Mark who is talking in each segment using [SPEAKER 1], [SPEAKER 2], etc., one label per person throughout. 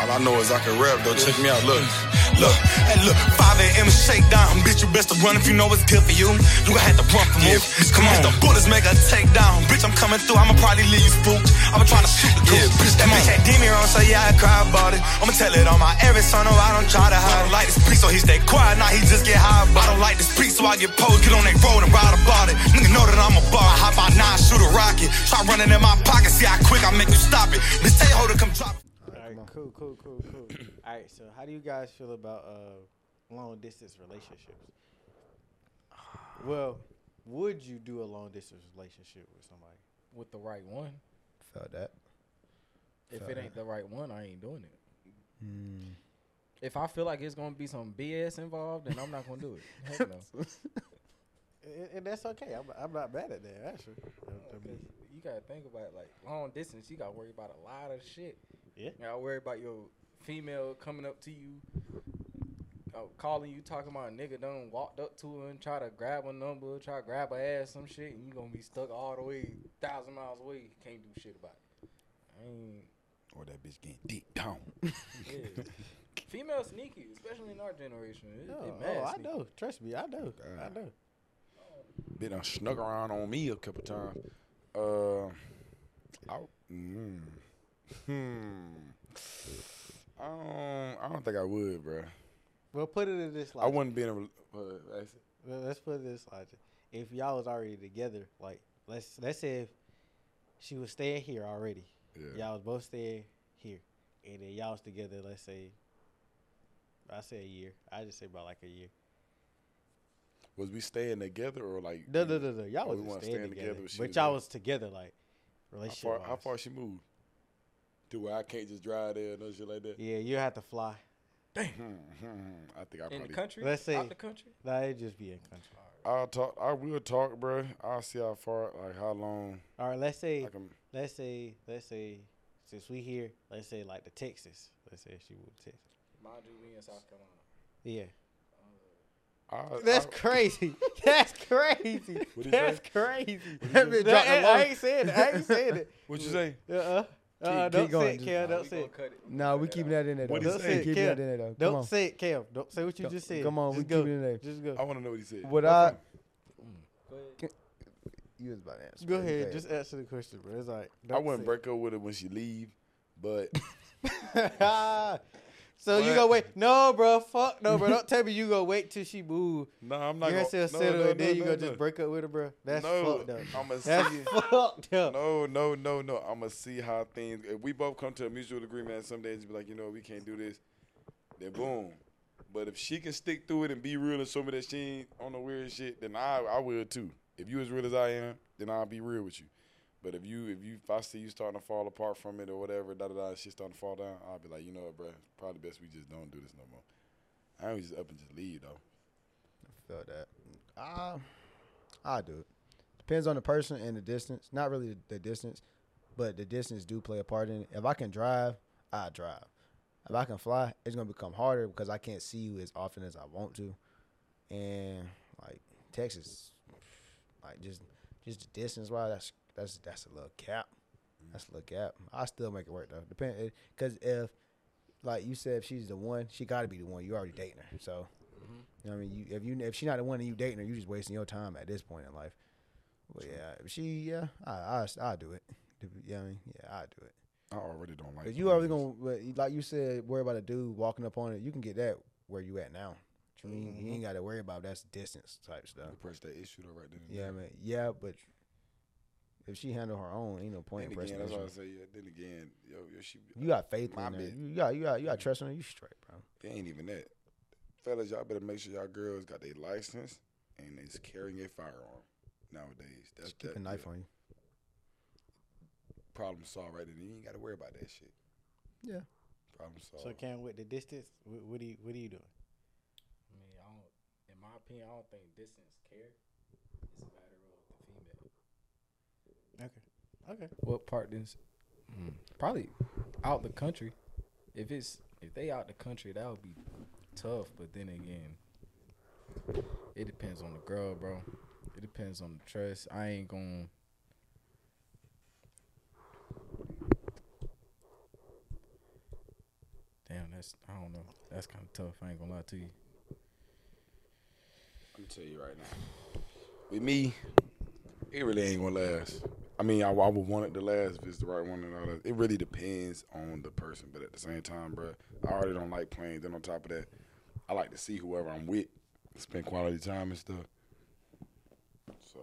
[SPEAKER 1] All I know is I can rap, though. Check me out. Look.
[SPEAKER 2] Look, hey, look, 5 a.m. shakedown. Bitch, you best to run if you know it's good for you. You got to have to run for me.
[SPEAKER 1] Yeah, bitch, come
[SPEAKER 2] come on,
[SPEAKER 1] on.
[SPEAKER 2] the bullets make a takedown. Bitch, I'm coming through. I'ma probably leave you spooked. I was trying to shoot the
[SPEAKER 1] Yeah,
[SPEAKER 2] goose.
[SPEAKER 1] bitch, come
[SPEAKER 2] that bitch
[SPEAKER 1] on.
[SPEAKER 2] had demon on, so yeah, I cry about it. I'ma tell it on my every son, no, I don't try to hide. I don't like this beat, so he stay quiet. Now he just get high. about it. I don't like this beat, so I get posed. Get on that road and ride about it. Nigga know that I'm a bar. I hop out now, I shoot a rocket. Try running in my pocket, see how quick I make you stop it. Bitch, say, hold it, come drop it.
[SPEAKER 3] All right, cool, cool, cool, cool. All right, so how do you guys feel about uh, long distance relationships? Well, would you do a long distance relationship with somebody?
[SPEAKER 4] with the right one.
[SPEAKER 5] Felt that.
[SPEAKER 4] If it ain't the right one, I ain't doing it.
[SPEAKER 5] Hmm.
[SPEAKER 4] If I feel like it's gonna be some BS involved, then I'm not gonna do it. Heck no.
[SPEAKER 3] And, and that's okay. I'm, I'm not mad at that actually. I- I mean,
[SPEAKER 4] 'Cause You gotta think about it, like long distance. You gotta worry about a lot of shit.
[SPEAKER 3] Yeah.
[SPEAKER 4] You gotta worry about your female coming up to you, uh, calling you, talking about a nigga done walked up to her and try to grab her number, try to grab her ass, some shit, and you gonna be stuck all the way thousand miles away. Can't do shit about it. I mean,
[SPEAKER 5] Or Oh, that bitch getting deep down.
[SPEAKER 4] yeah. female sneaky, especially in our generation. It,
[SPEAKER 3] No,
[SPEAKER 4] it mad
[SPEAKER 3] oh, I
[SPEAKER 4] sneaky.
[SPEAKER 3] know. Trust me, I know. I know.
[SPEAKER 5] Bit done snuck around on me a couple times. Uh, I, mm, hmm. I don't, I don't think I would, bro.
[SPEAKER 3] Well, put it in this
[SPEAKER 5] I
[SPEAKER 3] logic.
[SPEAKER 5] wouldn't be in a. rel- Uh, that's-
[SPEAKER 3] Well, Let's put it this logic. If y'all was already together, like let's let's say if she was staying here already,
[SPEAKER 5] yeah.
[SPEAKER 3] y'all was both staying here, and then y'all was together. Let's say, I say a year. I just say about like a year.
[SPEAKER 5] Was we staying together or like?
[SPEAKER 3] No, no, no, no.
[SPEAKER 5] Oh,
[SPEAKER 3] Y'all
[SPEAKER 5] we
[SPEAKER 3] was
[SPEAKER 5] wasn't
[SPEAKER 3] staying
[SPEAKER 5] staying
[SPEAKER 3] together,
[SPEAKER 5] together, but she
[SPEAKER 3] but
[SPEAKER 5] was
[SPEAKER 3] y'all
[SPEAKER 5] there.
[SPEAKER 3] was together like
[SPEAKER 5] How
[SPEAKER 3] relationship.
[SPEAKER 5] far? How far she moved? To where I can't just drive there and no shit like that.
[SPEAKER 3] Yeah, you have to fly.
[SPEAKER 5] Hmm, hmm, I think I
[SPEAKER 4] in the
[SPEAKER 5] probably.
[SPEAKER 4] country.
[SPEAKER 3] Let's see.
[SPEAKER 4] out the country.
[SPEAKER 3] Nah, it just be in country.
[SPEAKER 5] I'll talk. I will talk, bro. I'll see how far, like how long
[SPEAKER 3] All right, let's say
[SPEAKER 5] I can.
[SPEAKER 3] let's say let's say since we here, let's say like the Texas. Let's say she moved to Texas.
[SPEAKER 4] Mind you, we in South Carolina.
[SPEAKER 3] Yeah.
[SPEAKER 5] I,
[SPEAKER 3] That's
[SPEAKER 5] I,
[SPEAKER 3] crazy. That's crazy.
[SPEAKER 5] Oh. What'd he
[SPEAKER 3] That's
[SPEAKER 5] say?
[SPEAKER 3] crazy.
[SPEAKER 5] That bitch
[SPEAKER 3] No,
[SPEAKER 5] dropped the
[SPEAKER 3] I, I
[SPEAKER 5] low.
[SPEAKER 3] ain't saying it. I ain't saying it.
[SPEAKER 5] What you say?
[SPEAKER 3] Uh uh. Uh,
[SPEAKER 6] keep
[SPEAKER 3] don't say
[SPEAKER 6] going,
[SPEAKER 3] it, Cam.
[SPEAKER 6] just-
[SPEAKER 4] Nah,
[SPEAKER 3] Don't
[SPEAKER 4] we
[SPEAKER 3] say
[SPEAKER 4] gonna
[SPEAKER 3] it.
[SPEAKER 4] cut it.
[SPEAKER 6] Nah, we
[SPEAKER 4] Cut
[SPEAKER 6] keeping
[SPEAKER 4] out.
[SPEAKER 6] that in there. Though.
[SPEAKER 5] What'd he
[SPEAKER 6] Don't
[SPEAKER 5] say?
[SPEAKER 3] Kev,
[SPEAKER 6] keep that in there. Though.
[SPEAKER 3] Don't
[SPEAKER 6] Come on.
[SPEAKER 3] say it, Cam. Don't say what you just said.
[SPEAKER 6] Come on,
[SPEAKER 3] Just
[SPEAKER 6] we
[SPEAKER 3] go.
[SPEAKER 6] keeping it in there.
[SPEAKER 3] Just go.
[SPEAKER 5] I want to know what he said.
[SPEAKER 6] What I
[SPEAKER 4] Go ahead.
[SPEAKER 6] you was about to answer.
[SPEAKER 3] Go
[SPEAKER 6] bro. You
[SPEAKER 3] ahead.
[SPEAKER 6] bad.
[SPEAKER 3] Just answer the question, bro. It's all right.
[SPEAKER 5] I
[SPEAKER 3] Don't
[SPEAKER 5] wouldn't
[SPEAKER 3] say
[SPEAKER 5] break up with her when she leave, but
[SPEAKER 3] it. so you
[SPEAKER 5] What?
[SPEAKER 3] gonna wait? No, bro. Fuck no, bro. Don't tell me you gonna wait till she move.
[SPEAKER 5] no, I'm
[SPEAKER 3] You
[SPEAKER 5] not
[SPEAKER 3] gonna
[SPEAKER 5] gonna.
[SPEAKER 3] still
[SPEAKER 5] no,
[SPEAKER 3] settle
[SPEAKER 5] no,
[SPEAKER 3] and then
[SPEAKER 5] no,
[SPEAKER 3] you
[SPEAKER 5] no,
[SPEAKER 3] gonna
[SPEAKER 5] no.
[SPEAKER 3] just break up with her, bro? That's
[SPEAKER 5] no,
[SPEAKER 3] fucked up.
[SPEAKER 5] I'ma
[SPEAKER 3] That's
[SPEAKER 5] see.
[SPEAKER 3] fucked up.
[SPEAKER 5] No, no, no, no. I'ma see how things. If we both come to a mutual agreement, and some days you be like, you know, we can't do this. Then boom. But if she can stick through it and be real and show me that she ain't on the weird shit, then I I will too. If you as real as I am, then I'll be real with you. But if you if you if I see you starting to fall apart from it or whatever, da da da, shit starting to fall down, I'll be like, you know what, bro, probably best we just don't do this no more. I don't just up and just leave though.
[SPEAKER 6] felt that. I I do it. Depends on the person and the distance. Not really the, the distance, but the distance do play a part in it. If I can drive, I drive. If I can fly, it's gonna become harder because I can't see you as often as I want to. And like Texas, like just just the distance wise, that's that's that's a little cap. That's a little gap. I still make it work though. Depend because if like you said, if she's the one, she got to be the one. You already dating her, so you know what I mean, you, if you if she's not the one and you dating her, you just wasting your time at this point in life. But yeah, if she yeah, I I I do it. Yeah, I mean, yeah, I do it.
[SPEAKER 5] I already don't like.
[SPEAKER 6] Cause you already gonna but like you said, worry about a dude walking up on it. You can get that where you at now. You ain't-
[SPEAKER 5] Mm-hmm.
[SPEAKER 6] You ain't got to worry about that's distance type stuff.
[SPEAKER 5] approach that issue though right then. and
[SPEAKER 6] Yeah,
[SPEAKER 5] there.
[SPEAKER 6] I mean, yeah, but if she handle her own, ain't no point
[SPEAKER 5] Then
[SPEAKER 6] in
[SPEAKER 5] again,
[SPEAKER 6] pressing
[SPEAKER 5] that's why I
[SPEAKER 6] issue.
[SPEAKER 5] say. Yeah, then again, yo, yo, she.
[SPEAKER 6] You got faith
[SPEAKER 5] My Mm-hmm.
[SPEAKER 6] in her.
[SPEAKER 5] bitch.
[SPEAKER 6] You got you got you got trust in her. You straight, bro.
[SPEAKER 5] They ain't even that. Fellas, y'all better make sure y'all girls got their license and is carrying a firearm nowadays. That's
[SPEAKER 6] Just keep
[SPEAKER 5] that,
[SPEAKER 6] a knife on you.
[SPEAKER 5] Problem solved right then. You ain't got to worry about that shit.
[SPEAKER 6] Yeah.
[SPEAKER 5] Problem solved.
[SPEAKER 3] So Cam, with the distance, wh- what do you what are you doing?
[SPEAKER 4] I mean, I don't, in my opinion, I don't think distance care. It's a matter of the female.
[SPEAKER 3] Okay.
[SPEAKER 4] What part is mm, probably out the country? If it's if they out the country, that would be tough. But then again, it depends on the girl, bro. It depends on the trust. I ain't gonna. Damn, that's I don't know. That's kind of tough. I ain't gonna lie to you.
[SPEAKER 5] I'm gonna tell you right now. With me, it really ain't gonna last. I mean, I, I would want it to last if it's the right one and all that. It really depends on the person, but at the same time, bruh, I already don't like playing. Then on top of that, I like to see whoever I'm with, spend quality time and stuff. So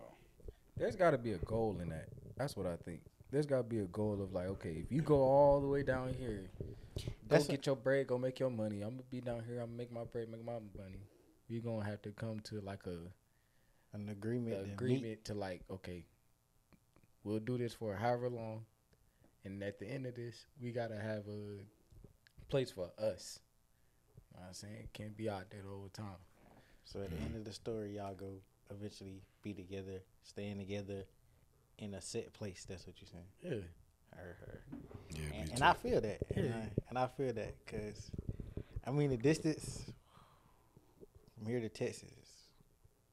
[SPEAKER 4] There's got to be a goal in that. That's what I think. There's got to be a goal of like, okay, if you go all the way down here, go
[SPEAKER 3] That's a-
[SPEAKER 4] get your bread, go make your money. I'm gonna be down here. I'm gonna make my bread, make my money. You're gonna have to come to like a
[SPEAKER 3] An agreement.
[SPEAKER 4] the
[SPEAKER 3] that meet-
[SPEAKER 4] agreement to like, okay, we'll do this for however long, and at the end of this, we gotta have a place for us. You know what I'm saying it can't be out there the whole time.
[SPEAKER 3] So at the end of the story, y'all go eventually be together, staying together in a set place. That's what you're saying.
[SPEAKER 4] Yeah,
[SPEAKER 3] Her, her.
[SPEAKER 5] yeah, me
[SPEAKER 3] And,
[SPEAKER 5] too.
[SPEAKER 3] and I feel that. And,
[SPEAKER 4] Yeah.
[SPEAKER 3] I, and I feel that because, I mean, the distance from here to Texas is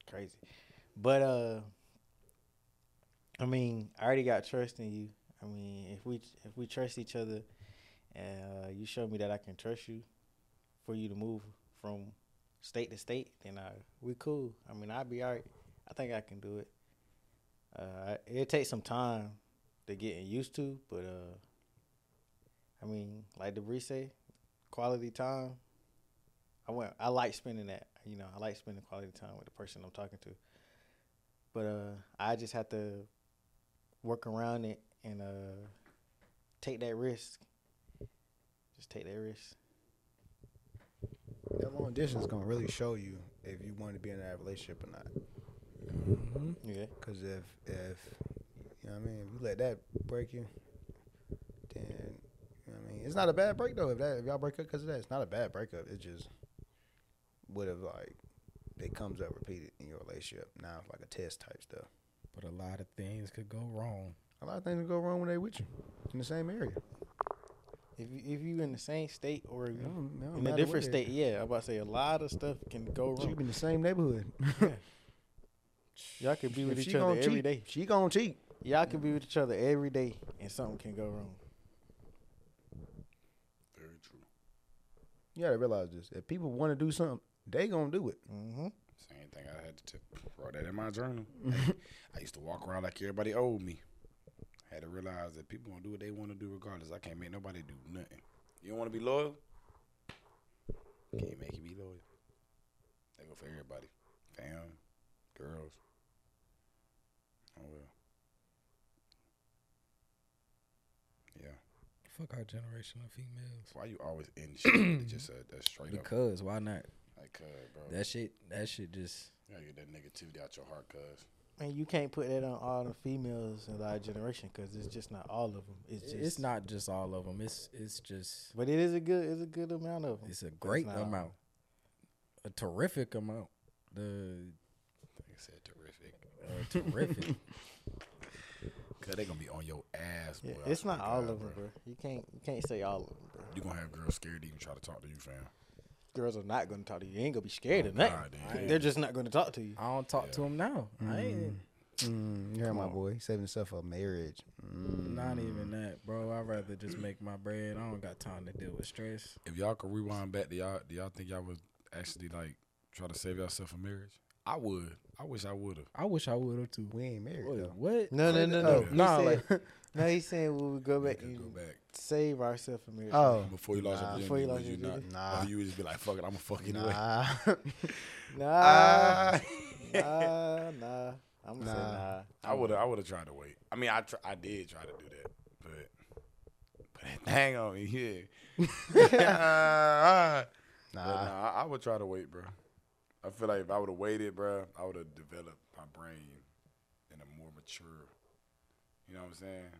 [SPEAKER 3] crazy. But, uh, I mean, I already got trust in you. I mean, if we if we trust each other, uh, you show me that I can trust you for you to move from state to state, then I, we cool. I mean, I'd be all right. I think I can do it. Uh, it takes some time to getting used to, but uh, I mean, like Debris say, quality time. I went. I like spending that. You know, I like spending quality time with the person I'm talking to. But uh, I just have to work around it and uh, take that risk. Just take that risk.
[SPEAKER 6] That long distance gonna really show you if you want to be in that relationship or not.
[SPEAKER 3] Yeah.
[SPEAKER 6] Cause if if you know what I mean, if you let that break you, then you know what I mean. It's not a bad break though. If that if y'all break up because of that, it's not a bad breakup. It just would have like it comes up repeated in your relationship. Now it's like a test type stuff.
[SPEAKER 4] but a lot of things could go wrong.
[SPEAKER 6] A lot of things will go wrong when they with you in the same area.
[SPEAKER 3] If you if you in the same state or
[SPEAKER 6] It
[SPEAKER 3] you
[SPEAKER 6] don't- it don't
[SPEAKER 3] in
[SPEAKER 6] matter
[SPEAKER 3] a
[SPEAKER 6] what
[SPEAKER 3] different
[SPEAKER 6] they-
[SPEAKER 3] state, yeah, I'm about to say a lot of stuff can go
[SPEAKER 6] She be
[SPEAKER 3] wrong.
[SPEAKER 6] in the same neighborhood.
[SPEAKER 3] Y'all could be with
[SPEAKER 6] If
[SPEAKER 3] each other
[SPEAKER 6] gonna
[SPEAKER 3] every
[SPEAKER 6] cheat,
[SPEAKER 3] day.
[SPEAKER 6] She gonna cheat.
[SPEAKER 3] Y'all could be with each other every day, and something can go wrong.
[SPEAKER 5] Very true.
[SPEAKER 6] You gotta realize this. If people want to do something, they gonna do it.
[SPEAKER 3] Mm-hmm.
[SPEAKER 5] Same thing. I had to t- write that in my journal. I used to walk around like everybody owed me. I had to realize that people gonna do what they want to do regardless. I can't make nobody do nothing. You don't want to be loyal. Can't make you be loyal. They go for everybody, fam, girls. Oh well. Yeah.
[SPEAKER 4] Fuck our generation of females.
[SPEAKER 5] Why you always end shit with just a, a straight up?
[SPEAKER 4] Because why not?
[SPEAKER 5] Like, uh, bro,
[SPEAKER 4] That shit. That shit just.
[SPEAKER 5] you gotta get that negativity out your heart, cuz.
[SPEAKER 3] And you can't put that on all the females in our generation because it's just not all of them. It's just
[SPEAKER 4] It's not just all of them. It's it's just.
[SPEAKER 3] But it is a good. It's a good amount of them.
[SPEAKER 4] It's a great
[SPEAKER 3] not all.
[SPEAKER 4] amount. A terrific amount. The
[SPEAKER 5] Like I said, terrific.
[SPEAKER 4] uh, terrific.
[SPEAKER 5] Cause they gonna be on your ass, boy.
[SPEAKER 3] Yeah,
[SPEAKER 5] I
[SPEAKER 3] it's
[SPEAKER 5] swear
[SPEAKER 3] not
[SPEAKER 5] to
[SPEAKER 3] all
[SPEAKER 5] God,
[SPEAKER 3] of them, bro. You can't. You can't say all of them, bro.
[SPEAKER 5] You gonna have girls scared to even try to talk to you, fam.
[SPEAKER 3] Girls are not going to talk to you. You ain't going to be scared
[SPEAKER 5] Oh,
[SPEAKER 3] of nothing.
[SPEAKER 5] God, they ain't.
[SPEAKER 3] They're just not going to talk to you.
[SPEAKER 4] I don't talk to him now. I ain't.
[SPEAKER 6] Mm, you hear my boy? He saving himself a marriage. Mm.
[SPEAKER 4] Not even that, bro. I'd rather just make my bread. I don't got time to deal with stress.
[SPEAKER 5] If y'all could rewind back, do y'all do y'all think y'all would actually like try to save yourself a marriage? I would. I wish I would have.
[SPEAKER 4] I wish I would have too.
[SPEAKER 6] We ain't married
[SPEAKER 4] Wait,
[SPEAKER 6] though.
[SPEAKER 4] what?
[SPEAKER 3] No, no, no, no.
[SPEAKER 5] Oh,
[SPEAKER 3] He
[SPEAKER 4] nah,
[SPEAKER 3] said-
[SPEAKER 4] like-
[SPEAKER 3] no, he's saying we would go back
[SPEAKER 5] Could
[SPEAKER 3] and
[SPEAKER 5] go back
[SPEAKER 3] save ourselves from marriage.
[SPEAKER 6] Oh,
[SPEAKER 5] before you lost
[SPEAKER 6] Nah.
[SPEAKER 5] your virginity.
[SPEAKER 3] Mm. Before you lost
[SPEAKER 5] would
[SPEAKER 3] your
[SPEAKER 5] you not?
[SPEAKER 3] virginity.
[SPEAKER 6] Nah.
[SPEAKER 5] Or you would just be like, fuck it, I'm a fucking anyway.
[SPEAKER 6] nah.
[SPEAKER 4] Ah.
[SPEAKER 3] nah, nah, nah. I'm gonna say
[SPEAKER 6] Nah.
[SPEAKER 3] nah.
[SPEAKER 5] I would. I would have tried to wait. I mean, I tr- I did try to do that, but but that thing on Uh, me, yeah. But uh,
[SPEAKER 6] nah.
[SPEAKER 5] nah, I, I would try to wait, bro. I feel like if I would have waited, bro, I would have developed my brain in a more mature. You know what I'm saying?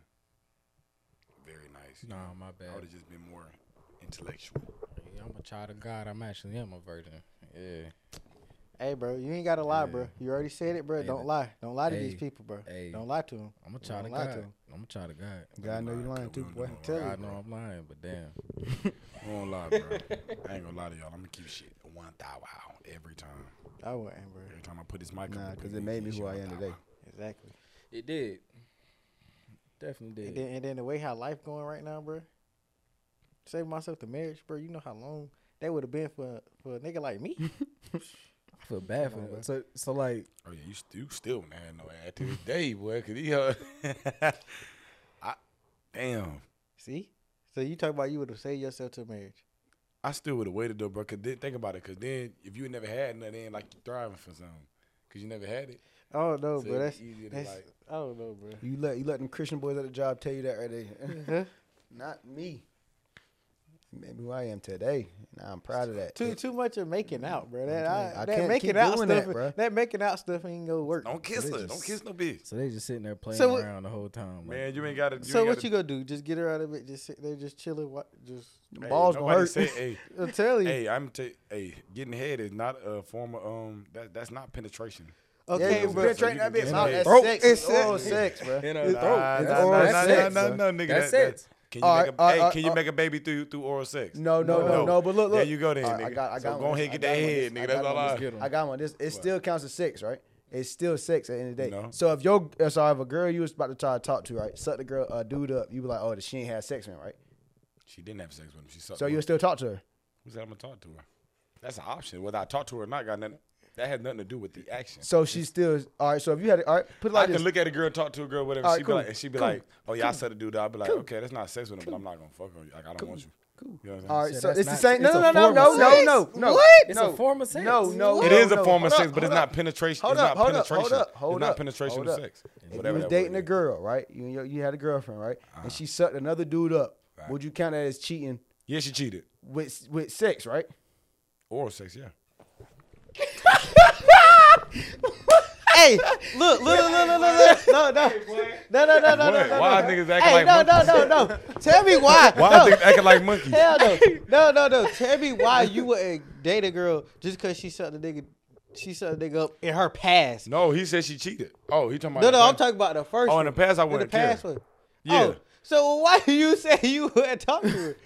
[SPEAKER 5] Very nice. you
[SPEAKER 4] Nah,
[SPEAKER 5] know?
[SPEAKER 4] my
[SPEAKER 5] I would
[SPEAKER 4] bad.
[SPEAKER 5] have just been more intellectual.
[SPEAKER 4] I'm a child of God. I'm actually am a virgin. Yeah.
[SPEAKER 3] Hey, bro, you ain't gotta lie,
[SPEAKER 4] Yeah.
[SPEAKER 3] bro. You already said it, bro.
[SPEAKER 4] Hey,
[SPEAKER 3] Don't
[SPEAKER 4] the-
[SPEAKER 3] lie. Don't lie to these
[SPEAKER 4] hey,
[SPEAKER 3] people, bro.
[SPEAKER 4] hey.
[SPEAKER 3] Don't lie to them.
[SPEAKER 4] I'm a child
[SPEAKER 3] Don't
[SPEAKER 4] of
[SPEAKER 3] lie to
[SPEAKER 4] God.
[SPEAKER 3] him.
[SPEAKER 4] I'm a child of God.
[SPEAKER 6] God know you
[SPEAKER 5] Nah,
[SPEAKER 6] lying
[SPEAKER 5] we
[SPEAKER 6] too,
[SPEAKER 5] don't do
[SPEAKER 6] boy.
[SPEAKER 5] no
[SPEAKER 3] Tell
[SPEAKER 5] lying,
[SPEAKER 4] I
[SPEAKER 3] you,
[SPEAKER 5] bro.
[SPEAKER 4] know I'm lying, but damn.
[SPEAKER 5] I won't lie, bro. I ain't gonna lie to y'all. I'm gonna keep shit one thou wow every time.
[SPEAKER 3] I wouldn't, bro.
[SPEAKER 5] Every time I put this mic
[SPEAKER 6] Nah,
[SPEAKER 5] on,
[SPEAKER 6] because it made me who I am today.
[SPEAKER 3] Exactly.
[SPEAKER 4] It did. Definitely
[SPEAKER 3] And
[SPEAKER 4] did.
[SPEAKER 3] then, and then the way how life going right now, bro. save myself the marriage, bro, you know how long that would have been for for a nigga like me.
[SPEAKER 4] I feel bad for him. So, so like,
[SPEAKER 5] Oh yeah, you still still man no ass to this day, boy. Cause he, uh, I, damn,
[SPEAKER 3] See, so you talk about you would have saved yourself to marriage.
[SPEAKER 5] I still would have waited though, bro. Cause then think about it. Cause then if you never had nothing, then like you thriving for something. Cause you never had it.
[SPEAKER 3] I don't know,
[SPEAKER 6] Oh,
[SPEAKER 5] So
[SPEAKER 3] bro.
[SPEAKER 5] it'd
[SPEAKER 3] That's,
[SPEAKER 5] be easier to,
[SPEAKER 3] that's
[SPEAKER 5] like-
[SPEAKER 3] I don't know, bro.
[SPEAKER 6] You let you let them Christian boys at the job tell you that right there.
[SPEAKER 3] Huh?
[SPEAKER 6] Not me. Mm-hmm. Maybe who I am today, and I'm proud of that.
[SPEAKER 3] Too too much of making out, bro. That
[SPEAKER 6] telling you,
[SPEAKER 3] I,
[SPEAKER 6] I
[SPEAKER 3] that
[SPEAKER 6] can't
[SPEAKER 3] making
[SPEAKER 6] keep
[SPEAKER 3] out
[SPEAKER 6] doing
[SPEAKER 3] stuff.
[SPEAKER 6] that, bro.
[SPEAKER 3] That making out stuff ain't gonna work.
[SPEAKER 5] Don't kiss her. Don't kiss no bitch.
[SPEAKER 4] so they just sitting there playing
[SPEAKER 3] So what-
[SPEAKER 4] around the whole time. Like,
[SPEAKER 5] Man, you ain't got to.
[SPEAKER 3] so what you gonna do? Just get her out of it. Just sit there, just chilling. What? Just
[SPEAKER 6] The balls gonna hurt.
[SPEAKER 5] Say, hey,
[SPEAKER 3] I'm telling you.
[SPEAKER 5] hey, I'm t- hey, getting head is not a form of um. That that's not penetration.
[SPEAKER 3] okay,
[SPEAKER 5] you
[SPEAKER 3] bro.
[SPEAKER 5] been training
[SPEAKER 6] that
[SPEAKER 5] that bitch
[SPEAKER 6] bitch
[SPEAKER 5] about that
[SPEAKER 6] about
[SPEAKER 3] Throat.
[SPEAKER 6] sex.
[SPEAKER 3] sex,
[SPEAKER 6] It's
[SPEAKER 3] It's
[SPEAKER 6] oral
[SPEAKER 3] oral
[SPEAKER 6] sex,
[SPEAKER 3] sex,
[SPEAKER 6] bro.
[SPEAKER 4] in
[SPEAKER 5] Nah,
[SPEAKER 4] her throat.
[SPEAKER 5] nah,
[SPEAKER 4] It's
[SPEAKER 5] nah,
[SPEAKER 4] oral
[SPEAKER 5] nah,
[SPEAKER 4] sex.
[SPEAKER 5] nah, nah, no, nigga.
[SPEAKER 4] That's
[SPEAKER 5] that-
[SPEAKER 4] it.
[SPEAKER 5] that- Can you,
[SPEAKER 6] All
[SPEAKER 5] make,
[SPEAKER 6] right,
[SPEAKER 5] a,
[SPEAKER 6] all
[SPEAKER 5] hey,
[SPEAKER 6] right,
[SPEAKER 5] can you
[SPEAKER 6] all-
[SPEAKER 5] make a baby through through oral sex?
[SPEAKER 6] No, no, no, no. But look, look.
[SPEAKER 5] There you go, then,
[SPEAKER 6] All right,
[SPEAKER 5] nigga.
[SPEAKER 6] I got, I got
[SPEAKER 5] so
[SPEAKER 6] one.
[SPEAKER 5] go ahead, get
[SPEAKER 6] I
[SPEAKER 5] that
[SPEAKER 6] got one.
[SPEAKER 5] head,
[SPEAKER 6] I
[SPEAKER 5] nigga.
[SPEAKER 6] got
[SPEAKER 5] That's all
[SPEAKER 6] one.
[SPEAKER 5] I.
[SPEAKER 4] Let's get 'em.
[SPEAKER 6] I got one. This it still counts as sex, right? It's still sex at the end of the day.
[SPEAKER 5] No.
[SPEAKER 6] So if your uh, so if a girl you was about to try to talk to, right, suck the girl uh, dude up, you be like, oh, the she ain't had sex, man, right?
[SPEAKER 5] She didn't have sex with him. She sucked.
[SPEAKER 6] So
[SPEAKER 5] him.
[SPEAKER 6] you will still talk to her.
[SPEAKER 5] Who said I'm gonna talk to her? That's an option. Whether I talk to her or not, got nothing. That had nothing to do with the action.
[SPEAKER 6] So she still all right. So if you had all right, put it
[SPEAKER 5] I
[SPEAKER 6] like
[SPEAKER 5] can
[SPEAKER 6] this.
[SPEAKER 5] look at a girl, talk to a girl, whatever.
[SPEAKER 6] All right,
[SPEAKER 5] she be
[SPEAKER 6] cool,
[SPEAKER 5] like, and she be
[SPEAKER 6] cool,
[SPEAKER 5] like, "Oh yeah, I said to do that." I be like, "Okay, that's not sex with him, but I'm not gonna fuck on you. Like I don't want you." Cool. You know what I'm
[SPEAKER 6] all right,
[SPEAKER 4] said
[SPEAKER 6] so
[SPEAKER 4] that's
[SPEAKER 6] it's the
[SPEAKER 4] not-
[SPEAKER 6] same. No,
[SPEAKER 4] it's a
[SPEAKER 6] no, no, no,
[SPEAKER 4] form
[SPEAKER 6] no,
[SPEAKER 4] of
[SPEAKER 6] no,
[SPEAKER 4] sex.
[SPEAKER 6] no, no.
[SPEAKER 3] What?
[SPEAKER 4] It's
[SPEAKER 6] no,
[SPEAKER 4] a form of sex.
[SPEAKER 6] No, no,
[SPEAKER 5] saying?
[SPEAKER 6] no,
[SPEAKER 5] It is
[SPEAKER 6] no.
[SPEAKER 5] a form of
[SPEAKER 6] Hold
[SPEAKER 5] sex,
[SPEAKER 6] up,
[SPEAKER 5] but it's
[SPEAKER 6] hold
[SPEAKER 5] not
[SPEAKER 6] up.
[SPEAKER 5] penetration.
[SPEAKER 6] Hold
[SPEAKER 5] it's
[SPEAKER 6] up,
[SPEAKER 5] not
[SPEAKER 6] hold up,
[SPEAKER 5] penetration.
[SPEAKER 6] hold up, hold
[SPEAKER 5] it's not
[SPEAKER 6] up,
[SPEAKER 5] penetration
[SPEAKER 6] hold
[SPEAKER 5] of
[SPEAKER 6] up.
[SPEAKER 5] sex.
[SPEAKER 6] If you was
[SPEAKER 5] that word
[SPEAKER 6] dating a
[SPEAKER 5] is.
[SPEAKER 6] girl, right? You you you had a girlfriend, right? And she sucked another dude up. Would you count that as cheating
[SPEAKER 5] Yeah, she cheated.
[SPEAKER 6] with with sex, right?
[SPEAKER 5] Oral sex, yeah.
[SPEAKER 3] Hey, look, look, look, look, look, look. No, no, no, no, no, no, no,
[SPEAKER 5] What?
[SPEAKER 3] no.
[SPEAKER 5] Why
[SPEAKER 3] no.
[SPEAKER 5] niggas acting
[SPEAKER 3] Hey,
[SPEAKER 5] like
[SPEAKER 3] no, no,
[SPEAKER 5] monkeys?
[SPEAKER 3] no, no. Tell me why.
[SPEAKER 5] Why
[SPEAKER 3] no.
[SPEAKER 5] are they acting like monkeys?
[SPEAKER 3] Hell no. No, no, no. Tell me why you wouldn't date a girl just because she sucked a nigga, she sucked a nigga up in her past. No,
[SPEAKER 5] No, he said she cheated. Oh, he talking about. the
[SPEAKER 3] no, I'm
[SPEAKER 5] past-
[SPEAKER 3] talking about the first.
[SPEAKER 5] Oh, in
[SPEAKER 3] one.
[SPEAKER 5] the past, I
[SPEAKER 3] In the
[SPEAKER 5] wouldn't care.
[SPEAKER 3] past one.
[SPEAKER 5] Yeah.
[SPEAKER 3] Oh, so why do you say you wouldn't talk to her?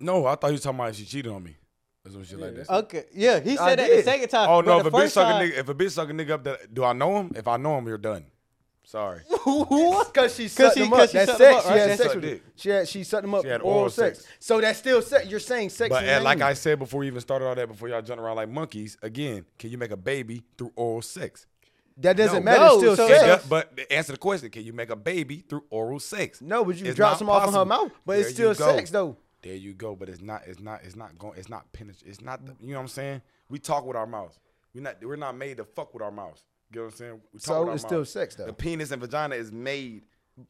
[SPEAKER 5] No, I thought he was talking about she cheated on me. That's some shit like that.
[SPEAKER 3] Okay, yeah, he
[SPEAKER 6] I
[SPEAKER 3] said that the
[SPEAKER 6] did.
[SPEAKER 3] second time.
[SPEAKER 5] Oh
[SPEAKER 3] but
[SPEAKER 5] no, if
[SPEAKER 3] the
[SPEAKER 5] a bitch
[SPEAKER 3] first
[SPEAKER 5] suck a
[SPEAKER 3] time-
[SPEAKER 5] nigga, if a bitch suck a nigga up, that, do I know him? If I know him, you're done. Sorry.
[SPEAKER 3] What?
[SPEAKER 6] Cause she sucked
[SPEAKER 3] she-
[SPEAKER 6] him
[SPEAKER 3] cause
[SPEAKER 6] up.
[SPEAKER 3] she
[SPEAKER 6] That's
[SPEAKER 3] sucked him
[SPEAKER 6] sex.
[SPEAKER 3] up,
[SPEAKER 6] She
[SPEAKER 3] right?
[SPEAKER 6] had
[SPEAKER 3] She
[SPEAKER 6] sex
[SPEAKER 5] sucked
[SPEAKER 6] with
[SPEAKER 5] dick.
[SPEAKER 6] him. She had she sucked him up.
[SPEAKER 5] She had
[SPEAKER 6] oral,
[SPEAKER 5] oral
[SPEAKER 6] sex.
[SPEAKER 5] sex.
[SPEAKER 6] So that's still sex. You're saying sex.
[SPEAKER 5] But
[SPEAKER 6] is
[SPEAKER 5] and like
[SPEAKER 6] anal.
[SPEAKER 5] I said before, we even started all that, before y'all jump around like monkeys, again, can you make a baby through oral sex?
[SPEAKER 6] that doesn't
[SPEAKER 5] No.
[SPEAKER 6] matter. It's
[SPEAKER 3] No,
[SPEAKER 6] still
[SPEAKER 3] so-
[SPEAKER 5] It
[SPEAKER 6] sex.
[SPEAKER 5] does- but to answer the question, can you make a baby through oral sex?
[SPEAKER 6] No, but you
[SPEAKER 5] It's
[SPEAKER 6] drop
[SPEAKER 5] not
[SPEAKER 6] some off in her
[SPEAKER 5] possible.
[SPEAKER 6] mouth, but it's
[SPEAKER 5] There you
[SPEAKER 6] still
[SPEAKER 5] go.
[SPEAKER 6] sex, though.
[SPEAKER 5] There you go. But it's not. It's not. It's not going. It's not penetrate. It's not. The, you know what I'm saying? We talk with our mouths. We're not. We're not made to fuck with our mouths. You know what I'm saying? We talk
[SPEAKER 6] So
[SPEAKER 5] with our
[SPEAKER 6] it's still
[SPEAKER 5] mouths.
[SPEAKER 6] sex, though.
[SPEAKER 5] The penis and vagina is made